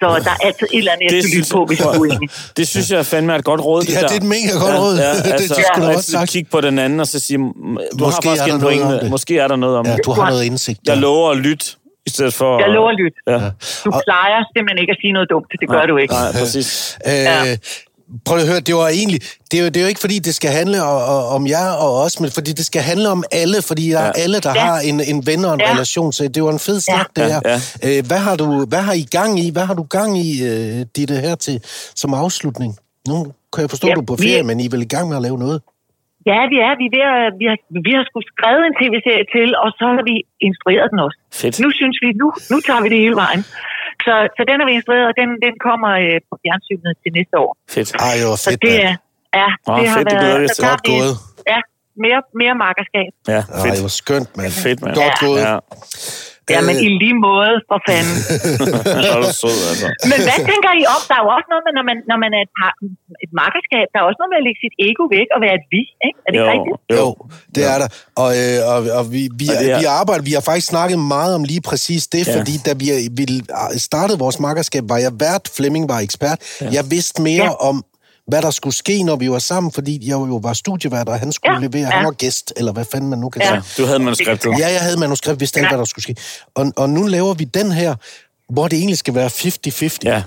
[SPEAKER 3] Så der er altid et eller andet, jeg
[SPEAKER 1] Det
[SPEAKER 3] skal lytte
[SPEAKER 1] synes
[SPEAKER 3] på,
[SPEAKER 1] jeg-
[SPEAKER 3] hvis jeg er uenig.
[SPEAKER 1] Det synes jeg fandme er et godt råd, det
[SPEAKER 2] Ja,
[SPEAKER 1] der.
[SPEAKER 2] det er et mega godt råd.
[SPEAKER 1] Ja,
[SPEAKER 2] (laughs) Det- det
[SPEAKER 1] altså,
[SPEAKER 2] skulle du
[SPEAKER 1] altid
[SPEAKER 2] også sagt.
[SPEAKER 1] kigge på den anden og så sige, "M- du har
[SPEAKER 2] Måske er
[SPEAKER 1] faktisk
[SPEAKER 2] der
[SPEAKER 1] en
[SPEAKER 2] noget om
[SPEAKER 1] pointe.
[SPEAKER 2] det."
[SPEAKER 1] Måske er der noget om
[SPEAKER 2] Ja,
[SPEAKER 1] det.
[SPEAKER 2] du har noget indsigt.
[SPEAKER 1] Jeg
[SPEAKER 2] der.
[SPEAKER 1] lover at lytte, i stedet for...
[SPEAKER 3] Jeg lover at lytte.
[SPEAKER 1] Ja.
[SPEAKER 3] Du
[SPEAKER 2] Og-
[SPEAKER 3] plejer simpelthen ikke at sige noget dumt. Det gør du ikke.
[SPEAKER 1] Nej, præcis.
[SPEAKER 2] Øh, prøv lige at høre, det var egentlig, det er, jo, det er jo ikke fordi, det skal handle o- o- om jer og os, men fordi det skal handle om alle, fordi der er
[SPEAKER 1] Ja.
[SPEAKER 2] alle, der
[SPEAKER 3] Ja.
[SPEAKER 2] har en, en ven og en
[SPEAKER 3] Ja.
[SPEAKER 2] relation, så det var en fed snak,
[SPEAKER 1] Ja.
[SPEAKER 2] det her.
[SPEAKER 1] Ja,
[SPEAKER 2] Øh, hvad, har du, hvad har I gang i? Hvad har du gang i, øh, dit det her til, som afslutning? Nu kan jeg forstå,
[SPEAKER 3] Ja,
[SPEAKER 2] du er på
[SPEAKER 3] vi-
[SPEAKER 2] ferie, men I er vel i gang med at lave noget?
[SPEAKER 3] Ja, vi er. Vi, er ved at, vi, har, vi har sgu skrevet en tv-serie til, og så har vi instrueret den også.
[SPEAKER 1] Fedt.
[SPEAKER 3] Nu synes vi, nu, nu tager vi det hele vejen. Så, så den har vi instrueret, og den, den kommer øh, på fjernsynet til næste år.
[SPEAKER 1] Fedt. Ah,
[SPEAKER 2] Ej, det var fedt.
[SPEAKER 3] Så det
[SPEAKER 2] mand.
[SPEAKER 3] er... Ja,
[SPEAKER 1] Åh,
[SPEAKER 3] det har
[SPEAKER 1] fedt, det
[SPEAKER 3] været...
[SPEAKER 1] glæder vi os
[SPEAKER 3] så
[SPEAKER 1] til.
[SPEAKER 3] der
[SPEAKER 2] Godt
[SPEAKER 3] er vi-
[SPEAKER 2] gået.
[SPEAKER 3] Ja, mere, mere markerskab.
[SPEAKER 1] Ja,
[SPEAKER 2] Ej,
[SPEAKER 1] fedt.
[SPEAKER 2] det var skønt, mand.
[SPEAKER 1] Fedt, mand.
[SPEAKER 2] Godt gået.
[SPEAKER 1] (laughs) Ja,
[SPEAKER 3] Ja, men i lige måde, for
[SPEAKER 1] (laughs)
[SPEAKER 3] fanden.
[SPEAKER 1] så er du sød, altså.
[SPEAKER 3] Men hvad tænker I om? Der er jo også noget med, når man, når man er et, par, et markerskab, der er også noget med at lægge sit ego væk og være et vi, ikke? Er det
[SPEAKER 1] Jo,
[SPEAKER 3] ikke rigtigt?
[SPEAKER 1] jo.
[SPEAKER 2] Jo, det er der. Og, øh, og, og vi, vi,
[SPEAKER 1] Og det
[SPEAKER 2] og
[SPEAKER 1] er-
[SPEAKER 2] vi arbejder, vi har faktisk snakket meget om lige præcis det, ja.
[SPEAKER 1] Ja.
[SPEAKER 2] fordi da vi, vi startede vores makkerskab, var jeg vært, Flemming var ekspert. Ja. Jeg vidste mere ja.
[SPEAKER 3] Ja.
[SPEAKER 2] om, hvad der skulle ske, når vi var sammen, fordi jeg jo var studievært, og han skulle ja.
[SPEAKER 3] Ja,
[SPEAKER 2] levere,
[SPEAKER 3] ja.
[SPEAKER 2] han var gæst, eller hvad fanden man nu kan
[SPEAKER 3] Ja.
[SPEAKER 1] Ja,
[SPEAKER 2] sige.
[SPEAKER 1] du havde manuskriptet.
[SPEAKER 2] Ja, jeg havde manuskript, vidste ikke,
[SPEAKER 3] Ja.
[SPEAKER 2] hvad der skulle ske. Og, og nu laver vi den her, hvor det egentlig skal være 50-50.
[SPEAKER 1] Ja,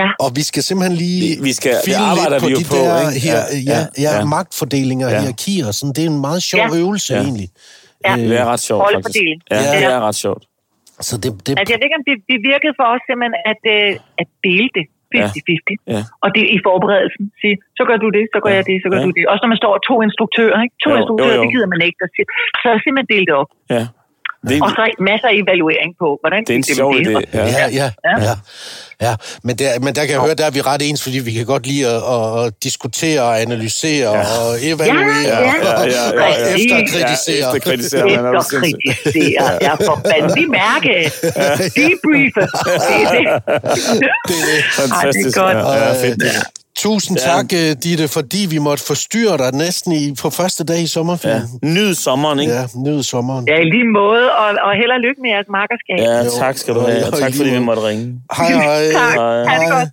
[SPEAKER 3] Ja.
[SPEAKER 2] Og vi skal simpelthen lige
[SPEAKER 1] Vi- vi skal- det
[SPEAKER 2] file
[SPEAKER 1] arbejder
[SPEAKER 2] lidt på
[SPEAKER 1] vi jo
[SPEAKER 2] de
[SPEAKER 1] på,
[SPEAKER 2] der
[SPEAKER 1] ikke?
[SPEAKER 2] her, ja, ja, ja, ja. magtfordelinger og ja.
[SPEAKER 1] Ja.
[SPEAKER 2] hierarkier. og Sådan. Det er en meget sjov ja.
[SPEAKER 3] Ja.
[SPEAKER 2] øvelse ja.
[SPEAKER 1] Ja.
[SPEAKER 2] egentlig.
[SPEAKER 3] ja.
[SPEAKER 1] det er ret sjovt, faktisk.
[SPEAKER 3] Rollefordeling.
[SPEAKER 1] Ja,
[SPEAKER 2] Ja.
[SPEAKER 1] det er ret sjovt.
[SPEAKER 2] Så det, det,
[SPEAKER 3] Altså, jeg ved ikke, om det, det virkede for os simpelthen at, øh, at dele det 50-50.
[SPEAKER 1] Ja.
[SPEAKER 3] Og det i forberedelsen. Sige, så gør du det, så gør
[SPEAKER 1] Ja.
[SPEAKER 3] jeg det, så gør
[SPEAKER 1] Ja.
[SPEAKER 3] du det. Også når man står og to instruktører, ikke?
[SPEAKER 1] Jo,
[SPEAKER 3] To
[SPEAKER 1] jo,
[SPEAKER 3] instruktører,
[SPEAKER 1] jo.
[SPEAKER 3] det gider man ikke. Og sige- Så simpelthen dele det op.
[SPEAKER 1] Ja. Det,
[SPEAKER 3] Og så masser af evaluering på, hvordan
[SPEAKER 1] det er en
[SPEAKER 3] gik
[SPEAKER 1] sjov
[SPEAKER 3] med
[SPEAKER 1] idé.
[SPEAKER 3] det.
[SPEAKER 1] Ja.
[SPEAKER 2] Ja, ja, ja. ja. ja. Men, der, men der kan jeg høre, der er vi ret ens, fordi vi kan godt lide at, at diskutere og analysere ja. og evaluere
[SPEAKER 1] Ja, ja, ja, ja,
[SPEAKER 2] og
[SPEAKER 1] ja.
[SPEAKER 2] efterkritisere.
[SPEAKER 1] Ja, efterkritisere.
[SPEAKER 3] Det
[SPEAKER 1] man
[SPEAKER 3] er
[SPEAKER 1] er jo
[SPEAKER 3] så
[SPEAKER 1] sindssyg.
[SPEAKER 3] kritisere. Ja, for fanden. Vi mærke. Debriefe. Det er det.
[SPEAKER 2] Det er det.
[SPEAKER 1] Fantastisk.
[SPEAKER 3] godt.
[SPEAKER 1] Ja, ja, fedt.
[SPEAKER 2] Og, øh, Tusind
[SPEAKER 1] Ja.
[SPEAKER 2] tak, øh, Ditte, fordi vi måtte forstyrre dig næsten i, på første dag i
[SPEAKER 1] Ja.
[SPEAKER 2] sommerferien.
[SPEAKER 1] Nyd sommeren, ikke?
[SPEAKER 2] Ja, ja nyd sommeren.
[SPEAKER 3] Ja, i lige måde. Og, og held og lykke med jeres markerskab.
[SPEAKER 1] Ja,
[SPEAKER 2] Jo.
[SPEAKER 1] tak skal du have, og
[SPEAKER 2] Og i
[SPEAKER 1] tak
[SPEAKER 2] lige
[SPEAKER 1] fordi vi
[SPEAKER 2] måde.
[SPEAKER 1] måtte ringe.
[SPEAKER 2] Hej, hej. (laughs)
[SPEAKER 3] Tak.
[SPEAKER 1] Hej.
[SPEAKER 3] Ha' det godt.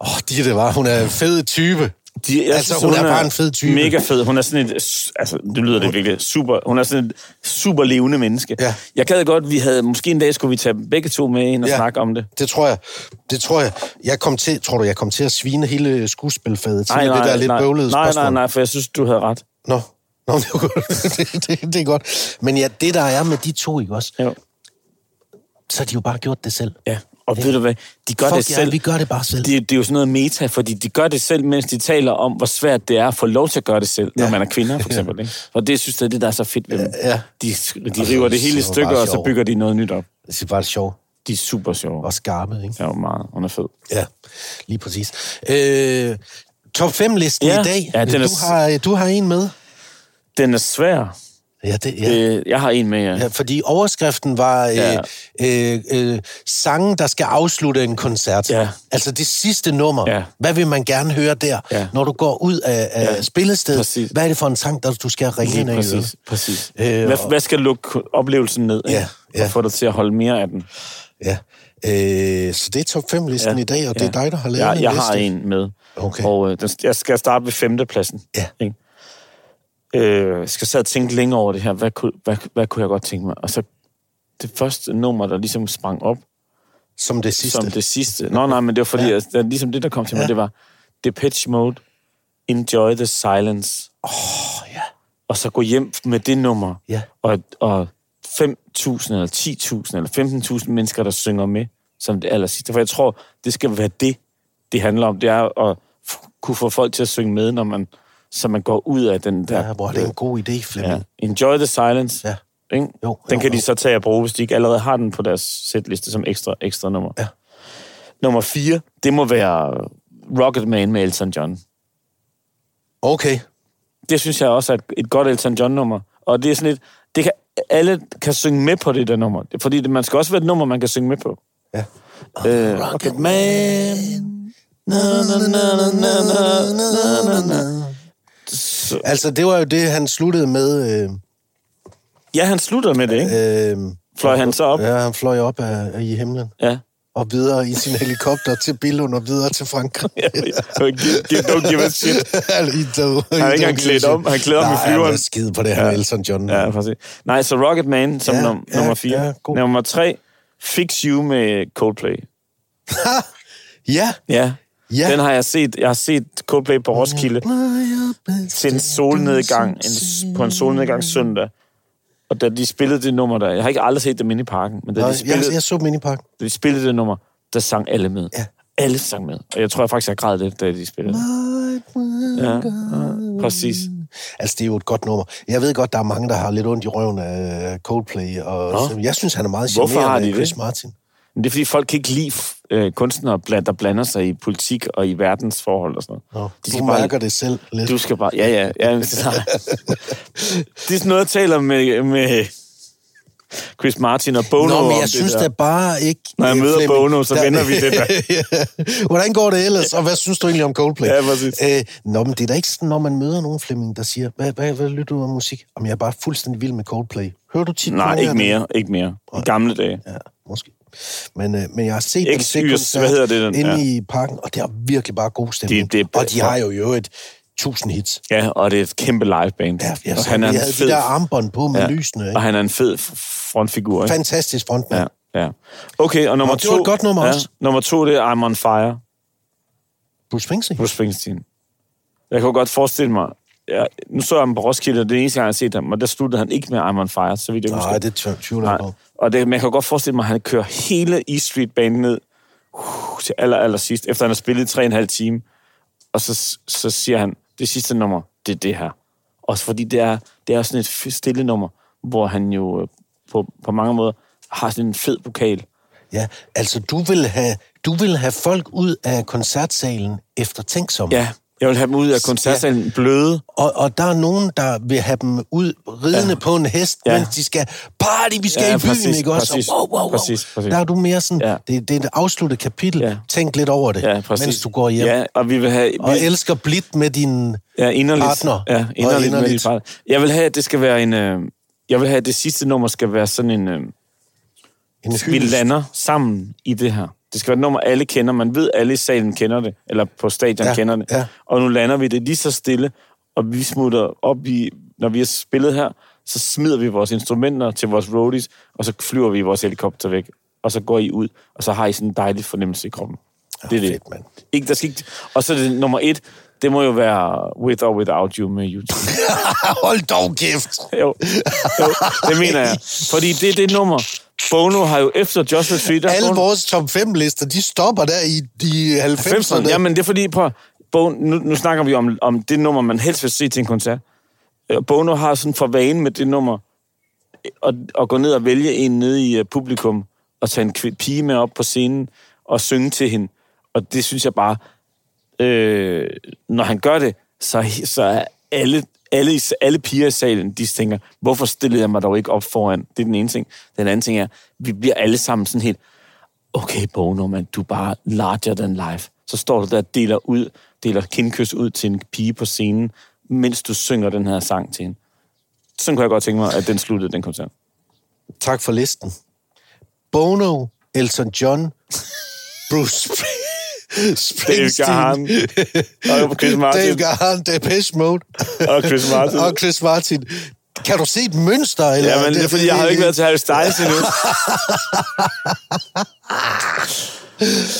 [SPEAKER 2] Åh, oh, Ditte var, hun er en fed type.
[SPEAKER 1] De, jeg
[SPEAKER 2] Altså, hun er bare en fed type.
[SPEAKER 1] Mega fed. Hun er sådan et, s- altså, det lyder det virkelig, super, hun er sådan et super levende menneske.
[SPEAKER 2] Ja.
[SPEAKER 1] Jeg gad godt, vi havde, måske en dag skulle vi tage begge to med ind og
[SPEAKER 2] Ja.
[SPEAKER 1] ja. snakke om det.
[SPEAKER 2] Det tror jeg. Det tror jeg. Jeg kom til, tror du, jeg kom til at svine hele skuespilfaget til med det der lidt
[SPEAKER 1] nej,
[SPEAKER 2] bøvlede
[SPEAKER 1] nej,
[SPEAKER 2] spørgsmål?
[SPEAKER 1] nej, nej, for jeg synes, du havde ret.
[SPEAKER 2] Nå, Nå det, er godt. (laughs) det, det, det er godt. Men ja, det der er med de to, ikke også?
[SPEAKER 1] Jo.
[SPEAKER 2] Så har de jo bare gjort det selv.
[SPEAKER 1] Ja. Og ved du hvad, de gør
[SPEAKER 2] Fuck
[SPEAKER 1] det
[SPEAKER 2] jer,
[SPEAKER 1] selv.
[SPEAKER 2] vi gør det bare selv.
[SPEAKER 1] Det, det er jo sådan noget meta, fordi de gør det selv, mens de taler om, hvor svært det er at få lov til at gøre det selv, ja. når man er kvinder,
[SPEAKER 2] (laughs)
[SPEAKER 1] for eksempel. Ikke? Og det synes jeg, det er det, der er så fedt ved dem.
[SPEAKER 2] ja.
[SPEAKER 1] De, de river det hele i
[SPEAKER 2] så er det bare
[SPEAKER 1] stykker, og så
[SPEAKER 2] sjovt.
[SPEAKER 1] bygger de noget nyt op.
[SPEAKER 2] Det er bare sjovt
[SPEAKER 1] De er super sjove.
[SPEAKER 2] og skarpe, ikke?
[SPEAKER 1] Ja, meget. Hun er fed.
[SPEAKER 2] Ja, lige præcis. Øh, top 5-listen
[SPEAKER 1] Ja.
[SPEAKER 2] i dag.
[SPEAKER 1] Ja, den er-
[SPEAKER 2] du, har, du har en med.
[SPEAKER 1] Den er svær.
[SPEAKER 2] Ja, det, ja.
[SPEAKER 1] Øh, jeg har en med, ja.
[SPEAKER 2] Ja, fordi overskriften var øh,
[SPEAKER 1] Ja.
[SPEAKER 2] øh, øh, sangen, der skal afslutte en koncert.
[SPEAKER 1] Ja.
[SPEAKER 2] Altså det sidste nummer.
[SPEAKER 1] Ja.
[SPEAKER 2] Hvad vil man gerne høre der,
[SPEAKER 1] Ja.
[SPEAKER 2] når du går ud af, af ja.
[SPEAKER 1] Ja,
[SPEAKER 2] spillestedet?
[SPEAKER 1] præcis.
[SPEAKER 2] Hvad er det for en sang, der du skal ringe ind
[SPEAKER 1] Lige
[SPEAKER 2] i
[SPEAKER 1] præcis,
[SPEAKER 2] øret?
[SPEAKER 1] præcis.
[SPEAKER 2] Øh,
[SPEAKER 1] Hvad,
[SPEAKER 2] og-
[SPEAKER 1] hvad skal lukke oplevelsen ned? ikke?
[SPEAKER 2] Ja, ja.
[SPEAKER 1] Og få dig til at holde mere af den.
[SPEAKER 2] Ja. Øh, så det er top 5-listen ja. i dag, og det er dig, der har lavet
[SPEAKER 1] jeg,
[SPEAKER 2] en
[SPEAKER 1] Jeg
[SPEAKER 2] liste.
[SPEAKER 1] har en med.
[SPEAKER 2] Okay.
[SPEAKER 1] Og øh, den, jeg skal starte ved femtepladsen.
[SPEAKER 2] Ja.
[SPEAKER 1] Ikke? Øh, jeg skal sidde og tænke længere over det her. Hvad kunne, hvad, hvad kunne jeg godt tænke mig? Og så det første nummer, der ligesom sprang op,
[SPEAKER 2] Som det sidste.
[SPEAKER 1] som det sidste. Nå, nej, men det var fordi, ja. altså, ligesom det, der kom til mig, ja. det var Depeche Mode, Enjoy the Silence. Åh, oh, ja. Og så gå hjem med det nummer,
[SPEAKER 2] Ja.
[SPEAKER 1] og, og 5.000 eller 10.000 eller 15.000 mennesker, der synger med som det aller sidste. For jeg tror, det skal være det, det handler om. Det er at f- kunne få folk til at synge med, når man, så man går ud af den der...
[SPEAKER 2] Ja, hvor er det en god idé, Flemming.
[SPEAKER 1] Ja. Enjoy the silence.
[SPEAKER 2] Ja.
[SPEAKER 1] Ikke?
[SPEAKER 2] Jo,
[SPEAKER 1] den
[SPEAKER 2] jo,
[SPEAKER 1] kan de
[SPEAKER 2] jo.
[SPEAKER 1] så tage og bruge, hvis de ikke allerede har den på deres sætliste som ekstra, ekstra nummer.
[SPEAKER 2] Ja.
[SPEAKER 1] Nummer 4, det må være Rocket Man med Elton John.
[SPEAKER 2] Okay.
[SPEAKER 1] Det synes jeg også er et, et godt Elton John-nummer. Og det er sådan et, det kan, alle kan synge med på det der nummer. Fordi det, man skal også være et nummer, man kan synge med på.
[SPEAKER 2] Ja. Ah,
[SPEAKER 1] Øh, Rocket Man. Na, na, na, na, na, na, na, na.
[SPEAKER 2] Altså, det var jo det, han sluttede med. Øh,
[SPEAKER 1] Ja, han slutter med det, ikke?
[SPEAKER 2] øh,
[SPEAKER 1] Fløj han så op?
[SPEAKER 2] ja, han fløj op af, af i himlen.
[SPEAKER 1] Ja.
[SPEAKER 2] Og videre i sin helikopter til Billund og videre til Frankrig.
[SPEAKER 1] Give- (laughs) Don't give a shit.
[SPEAKER 2] (laughs) han
[SPEAKER 1] Han
[SPEAKER 2] er
[SPEAKER 1] er ikke engang klædt om. Han klæder om i
[SPEAKER 2] Nej, han
[SPEAKER 1] flyveren.
[SPEAKER 2] er skide på det her ja. Elton John.
[SPEAKER 1] Ja, præcis. Nej, så Rocket Man som
[SPEAKER 2] Ja,
[SPEAKER 1] ja,
[SPEAKER 2] ja,
[SPEAKER 1] num- nummer 4.
[SPEAKER 2] ja,
[SPEAKER 1] Ja,
[SPEAKER 2] god.
[SPEAKER 1] nummer 3, Fix You med Coldplay.
[SPEAKER 2] ja.
[SPEAKER 1] Ja.
[SPEAKER 2] Ja. Mm.
[SPEAKER 1] ja. Den har jeg set. Jeg har set Coldplay på Roskilde til en solnedgang en, s- på en solnedgang søndag. Og da de spillede det nummer der, jeg har ikke aldrig set dem inde i parken, men da
[SPEAKER 2] Nå,
[SPEAKER 1] de
[SPEAKER 2] jeg,
[SPEAKER 1] spillede,
[SPEAKER 2] jeg så miniparken.
[SPEAKER 1] da de spillede det nummer, der sang alle med.
[SPEAKER 2] Ja.
[SPEAKER 1] Alle sang med. Og jeg tror jeg faktisk, jeg græd lidt, da de spillede det. Ja, ja, præcis.
[SPEAKER 2] Altså, det er jo et godt nummer. Jeg ved godt, der er mange, der har lidt ondt i røven af øh, Coldplay. Og
[SPEAKER 1] Nå.
[SPEAKER 2] jeg synes, han er meget
[SPEAKER 1] Hvorfor
[SPEAKER 2] charmerende, øh,
[SPEAKER 1] har de det?
[SPEAKER 2] Chris Martin.
[SPEAKER 1] Men det er fordi, folk kan ikke lide øh, kunstnere, bla- der blander sig i politik og i verdensforhold og sådan noget.
[SPEAKER 2] De du mærker det selv lidt.
[SPEAKER 1] Du skal bare... Ja, ja. ja men,
[SPEAKER 2] (laughs)
[SPEAKER 1] så, det er sådan noget, jeg taler med, med Chris Martin og Bono
[SPEAKER 2] Nå, men
[SPEAKER 1] om
[SPEAKER 2] jeg
[SPEAKER 1] det
[SPEAKER 2] synes
[SPEAKER 1] der.
[SPEAKER 2] da bare ikke...
[SPEAKER 1] Når jeg
[SPEAKER 2] øh,
[SPEAKER 1] møder
[SPEAKER 2] Flemming,
[SPEAKER 1] Bono, så vender vi det der.
[SPEAKER 2] Ja. (laughs) Hvordan går det ellers, og hvad synes du egentlig om Coldplay?
[SPEAKER 1] Ja, præcis.
[SPEAKER 2] Øh, nå, men det er da ikke sådan, når man møder nogen, Flemming, der siger, hvad, hvad, hvad lytter du af musik? Om jeg er bare fuldstændig vild med Coldplay. Hører du tit
[SPEAKER 1] Nej,
[SPEAKER 2] nogen
[SPEAKER 1] ikke
[SPEAKER 2] af dem?
[SPEAKER 1] mere. Ikke mere. I gamle dage.
[SPEAKER 2] Ja, måske. Men, øh, men jeg har set
[SPEAKER 1] Ikke
[SPEAKER 2] til
[SPEAKER 1] Yrs,
[SPEAKER 2] koncert
[SPEAKER 1] hvad hedder det, den?
[SPEAKER 2] inde
[SPEAKER 1] Ja.
[SPEAKER 2] i parken, og det er virkelig bare god
[SPEAKER 1] Det-
[SPEAKER 2] stemning.
[SPEAKER 1] det er-
[SPEAKER 2] og de har jo jo et tusind hits.
[SPEAKER 1] Ja, og det er et kæmpe liveband.
[SPEAKER 2] Ja, jeg,
[SPEAKER 1] og han er
[SPEAKER 2] jeg
[SPEAKER 1] en
[SPEAKER 2] havde
[SPEAKER 1] fed,
[SPEAKER 2] de der armbånd på med lysene.
[SPEAKER 1] og
[SPEAKER 2] Ikke?
[SPEAKER 1] han er en fed f- frontfigur. Ikke?
[SPEAKER 2] Fantastisk frontmand.
[SPEAKER 1] Ja, ja. Okay, og nummer
[SPEAKER 2] Nå, det
[SPEAKER 1] to...
[SPEAKER 2] var et godt nummer også.
[SPEAKER 1] Nummer to, det er I'm on fire.
[SPEAKER 2] Bruce Springsteen.
[SPEAKER 1] Bruce Springsteen. Jeg kunne godt forestille mig... Ja, nu så jeg ham på Roskilde, og det er den eneste gang, jeg har set ham, og der sluttede han ikke med I'm on fire, så vidt jeg husker.
[SPEAKER 2] Nej, det tvivl- tvivler jeg
[SPEAKER 1] Nej.
[SPEAKER 2] på.
[SPEAKER 1] Og det, man kan godt forestille mig, at han kører hele E Street banen ned uh, til aller, aller sidst, efter han har spillet tre og en halv time. Og så, så siger han, det sidste nummer, det er det her. Også fordi det er, det er sådan et f- stille nummer, hvor han jo øh, på, på mange måder har sådan en fed pokal.
[SPEAKER 2] Ja, altså du vil have, du vil have folk ud af koncertsalen efter tænksomme.
[SPEAKER 1] Ja, jeg vil have dem ud af koncertsalen ja. bløde.
[SPEAKER 2] Og, og der er nogen, der vil have dem ud ridende ja. på en hest, ja.
[SPEAKER 1] Ja.
[SPEAKER 2] mens de skal party, vi skal
[SPEAKER 1] Ja,
[SPEAKER 2] i byen,
[SPEAKER 1] præcis,
[SPEAKER 2] ikke også?
[SPEAKER 1] præcis,
[SPEAKER 2] og wow, wow, wow.
[SPEAKER 1] præcis, præcis.
[SPEAKER 2] Der er du mere sådan, ja.
[SPEAKER 1] Ja.
[SPEAKER 2] det, det er et afsluttet kapitel. Ja.
[SPEAKER 1] Ja.
[SPEAKER 2] Tænk lidt over det,
[SPEAKER 1] Ja, præcis.
[SPEAKER 2] mens du går hjem. Ja.
[SPEAKER 1] Ja, og vi vil have... Vi,
[SPEAKER 2] Og elsker blidt med din...
[SPEAKER 1] Ja, inderligt.
[SPEAKER 2] Partner.
[SPEAKER 1] Ja,
[SPEAKER 2] Og
[SPEAKER 1] inderligt.
[SPEAKER 2] inderligt.
[SPEAKER 1] Med din partner. Jeg vil have, at det skal være en... Øh, jeg vil have, at det sidste nummer skal være sådan en... Øh,
[SPEAKER 2] En
[SPEAKER 1] vi
[SPEAKER 2] hyldest.
[SPEAKER 1] lander sammen i det her. Det skal være et nummer, alle kender. Man ved, alle i salen kender det, eller på stadion
[SPEAKER 2] Ja,
[SPEAKER 1] ja, kender det.
[SPEAKER 2] ja.
[SPEAKER 1] Og nu lander vi det lige så stille, og vi smutter op i... Når vi har spillet her, så smider vi vores instrumenter til vores roadies, og så flyver vi i vores helikopter væk, og så går I ud, og så har I sådan en dejlig fornemmelse i kroppen. Det er det.
[SPEAKER 2] fedt, mand. (laughs)
[SPEAKER 1] Ikke, der skal ikke... Og så er det nummer et, det må jo være With or Without You med YouTube.
[SPEAKER 2] Hold dog kæft!
[SPEAKER 1] (laughs) Jo, jo, det mener jeg. Fordi det er det nummer. Bono har jo efter Joshua Tree... der har
[SPEAKER 2] Alle
[SPEAKER 1] Bono-
[SPEAKER 2] vores top 5-lister, de stopper der i de 90'erne.
[SPEAKER 1] 90'erne. Jamen, det er fordi, på Bono, nu, nu snakker vi om, om det nummer, man helst vil se til en koncert. Øh, Bono har sådan for vane med det nummer, øh, at, at gå ned og vælge en nede i uh, publikum, og tage en kvi- pige med op på scenen, og synge til hende. Og det synes jeg bare, øh, når han gør det, så, så er alle, alle, i- alle piger i salen, de tænker, hvorfor stillede jeg mig dog ikke op foran? Det er den ene ting. Den anden ting er, vi bliver alle sammen sådan helt, okay Bono, man, du er bare larger than life. Så står du der og deler, ud, deler kindkys ud til en pige på scenen, mens du synger den her sang til hende. Sådan kunne jeg godt tænke mig, at den sluttede, den koncert.
[SPEAKER 2] Tak for listen. Bono, Elton John, Bruce Spr-
[SPEAKER 1] Dave
[SPEAKER 2] Springsteen,
[SPEAKER 1] Gahan og Chris
[SPEAKER 2] Dave
[SPEAKER 1] Martin.
[SPEAKER 2] Gahan, Depeche Mode
[SPEAKER 1] Og Chris Martin.
[SPEAKER 2] og Chris Martin. Kan du se et mønster? Eller?
[SPEAKER 1] Ja, men det er fordi, jeg har jo ikke været til Harry Styles endnu.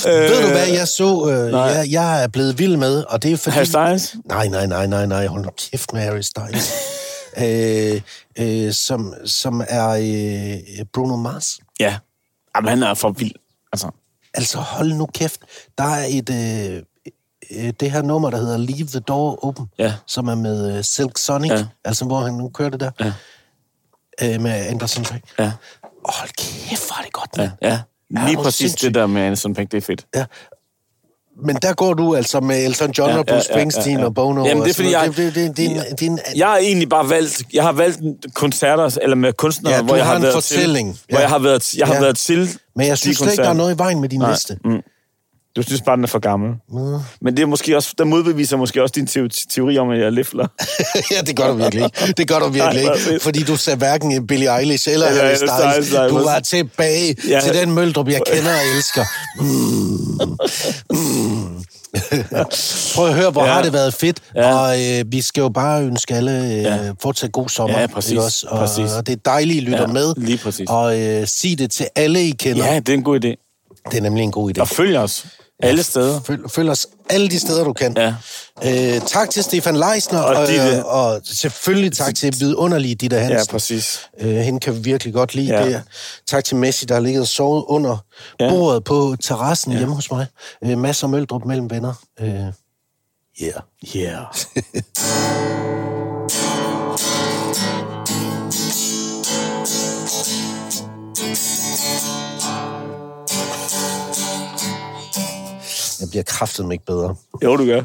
[SPEAKER 2] Øh, Ved du hvad, jeg så, øh, jeg, jeg er blevet vild med, og det er fordi...
[SPEAKER 1] Harry Styles?
[SPEAKER 2] Nej, nej, nej, nej, nej, hold nu kæft med Harry
[SPEAKER 1] (laughs)
[SPEAKER 2] Styles. øh, øh, som, som er øh, Bruno Mars.
[SPEAKER 1] Ja. Jamen, han er for vild. Altså,
[SPEAKER 2] Altså hold nu kæft, der er et... Øh, øh, det her nummer, der hedder Leave the Door Open,
[SPEAKER 1] Ja.
[SPEAKER 2] som er med øh, Silk Sonic,
[SPEAKER 1] Ja.
[SPEAKER 2] ja. altså hvor han nu kører det der, ja. øh, med Anderson Paak.
[SPEAKER 1] ja.
[SPEAKER 2] Hold kæft, hvor er det godt,
[SPEAKER 1] Ja.
[SPEAKER 2] ja.
[SPEAKER 1] ja. Lige
[SPEAKER 2] hvor
[SPEAKER 1] præcis det
[SPEAKER 2] sindssygt.
[SPEAKER 1] der med Anderson Paak, det er fedt.
[SPEAKER 2] ja. Men der går du altså med Elton John
[SPEAKER 1] Ja,
[SPEAKER 2] og Bruce
[SPEAKER 1] ja, ja, ja,
[SPEAKER 2] Springsteen
[SPEAKER 1] ja.
[SPEAKER 2] og Bono.
[SPEAKER 1] Jamen,
[SPEAKER 2] og
[SPEAKER 1] det er, fordi
[SPEAKER 2] sådan
[SPEAKER 1] jeg...
[SPEAKER 2] noget. Det, det, det, det, er en- det er en...
[SPEAKER 1] Jeg har egentlig bare valgt... Jeg har valgt koncerter, eller med kunstnere,
[SPEAKER 2] Ja, du
[SPEAKER 1] hvor jeg
[SPEAKER 2] har
[SPEAKER 1] har,
[SPEAKER 2] en
[SPEAKER 1] været
[SPEAKER 2] fortælling.
[SPEAKER 1] til. Hvor
[SPEAKER 2] Ja.
[SPEAKER 1] jeg har været, jeg har
[SPEAKER 2] Ja.
[SPEAKER 1] været til
[SPEAKER 2] Men jeg
[SPEAKER 1] de
[SPEAKER 2] synes slet ikke, der er
[SPEAKER 1] koncerter.
[SPEAKER 2] noget i vejen med din Nej. liste.
[SPEAKER 1] Mm. Du synes bare, den er for gammel. Mm. Men det er måske også, der modbeviser måske også din teo- teori om, at jeg er
[SPEAKER 2] (laughs)
[SPEAKER 1] lifler.
[SPEAKER 2] ja, det gør du virkelig ikke. Det gør du virkelig
[SPEAKER 1] Nej, hvor
[SPEAKER 2] ikke.
[SPEAKER 1] fedt.
[SPEAKER 2] Fordi du sagde hverken Billie Eilish eller
[SPEAKER 1] Eller
[SPEAKER 2] Harry
[SPEAKER 1] Harry Styles,
[SPEAKER 2] Styles.
[SPEAKER 1] nej,
[SPEAKER 2] Du
[SPEAKER 1] hvor-
[SPEAKER 2] var tilbage
[SPEAKER 1] Ja.
[SPEAKER 2] ja. til den møldrup, jeg kender og elsker. Mm. Mm. (laughs) Prøv at høre, hvor
[SPEAKER 1] Ja.
[SPEAKER 2] ja. har det været fedt.
[SPEAKER 1] Ja.
[SPEAKER 2] Ja. Og øh, vi skal jo bare ønske alle øh,
[SPEAKER 1] Ja.
[SPEAKER 2] ja. fortsat god sommer.
[SPEAKER 1] Ja, præcis,
[SPEAKER 2] ikke også? Og,
[SPEAKER 1] præcis.
[SPEAKER 2] og det er dejligt, I lytter
[SPEAKER 1] Ja,
[SPEAKER 2] med.
[SPEAKER 1] lige præcis.
[SPEAKER 2] Og øh, sig det til alle, I kender.
[SPEAKER 1] Ja,
[SPEAKER 2] Ja.
[SPEAKER 1] det er en god idé.
[SPEAKER 2] Det er nemlig en god idé.
[SPEAKER 1] Og følg os alle steder.
[SPEAKER 2] Følg, følg os alle de steder, du kan.
[SPEAKER 1] Ja.
[SPEAKER 2] Øh, tak til Stefan Leisner,
[SPEAKER 1] Og
[SPEAKER 2] og, og,
[SPEAKER 1] Ditte.
[SPEAKER 2] og selvfølgelig tak til vidunderlige Ditte
[SPEAKER 1] Ja,
[SPEAKER 2] Hansen.
[SPEAKER 1] præcis.
[SPEAKER 2] øh, hende kan vi virkelig godt lide.
[SPEAKER 1] Ja.
[SPEAKER 2] Ja. Det. Tak til Messi, der har ligget og sovet under
[SPEAKER 1] Ja.
[SPEAKER 2] ja. bordet på terrassen ja. hjemme hos mig. Øh, masser af møldrup mellem venner. Øh, yeah.
[SPEAKER 1] Yeah.
[SPEAKER 2] Jeg bliver kraftet mig ikke bedre.
[SPEAKER 1] Jo, du gør.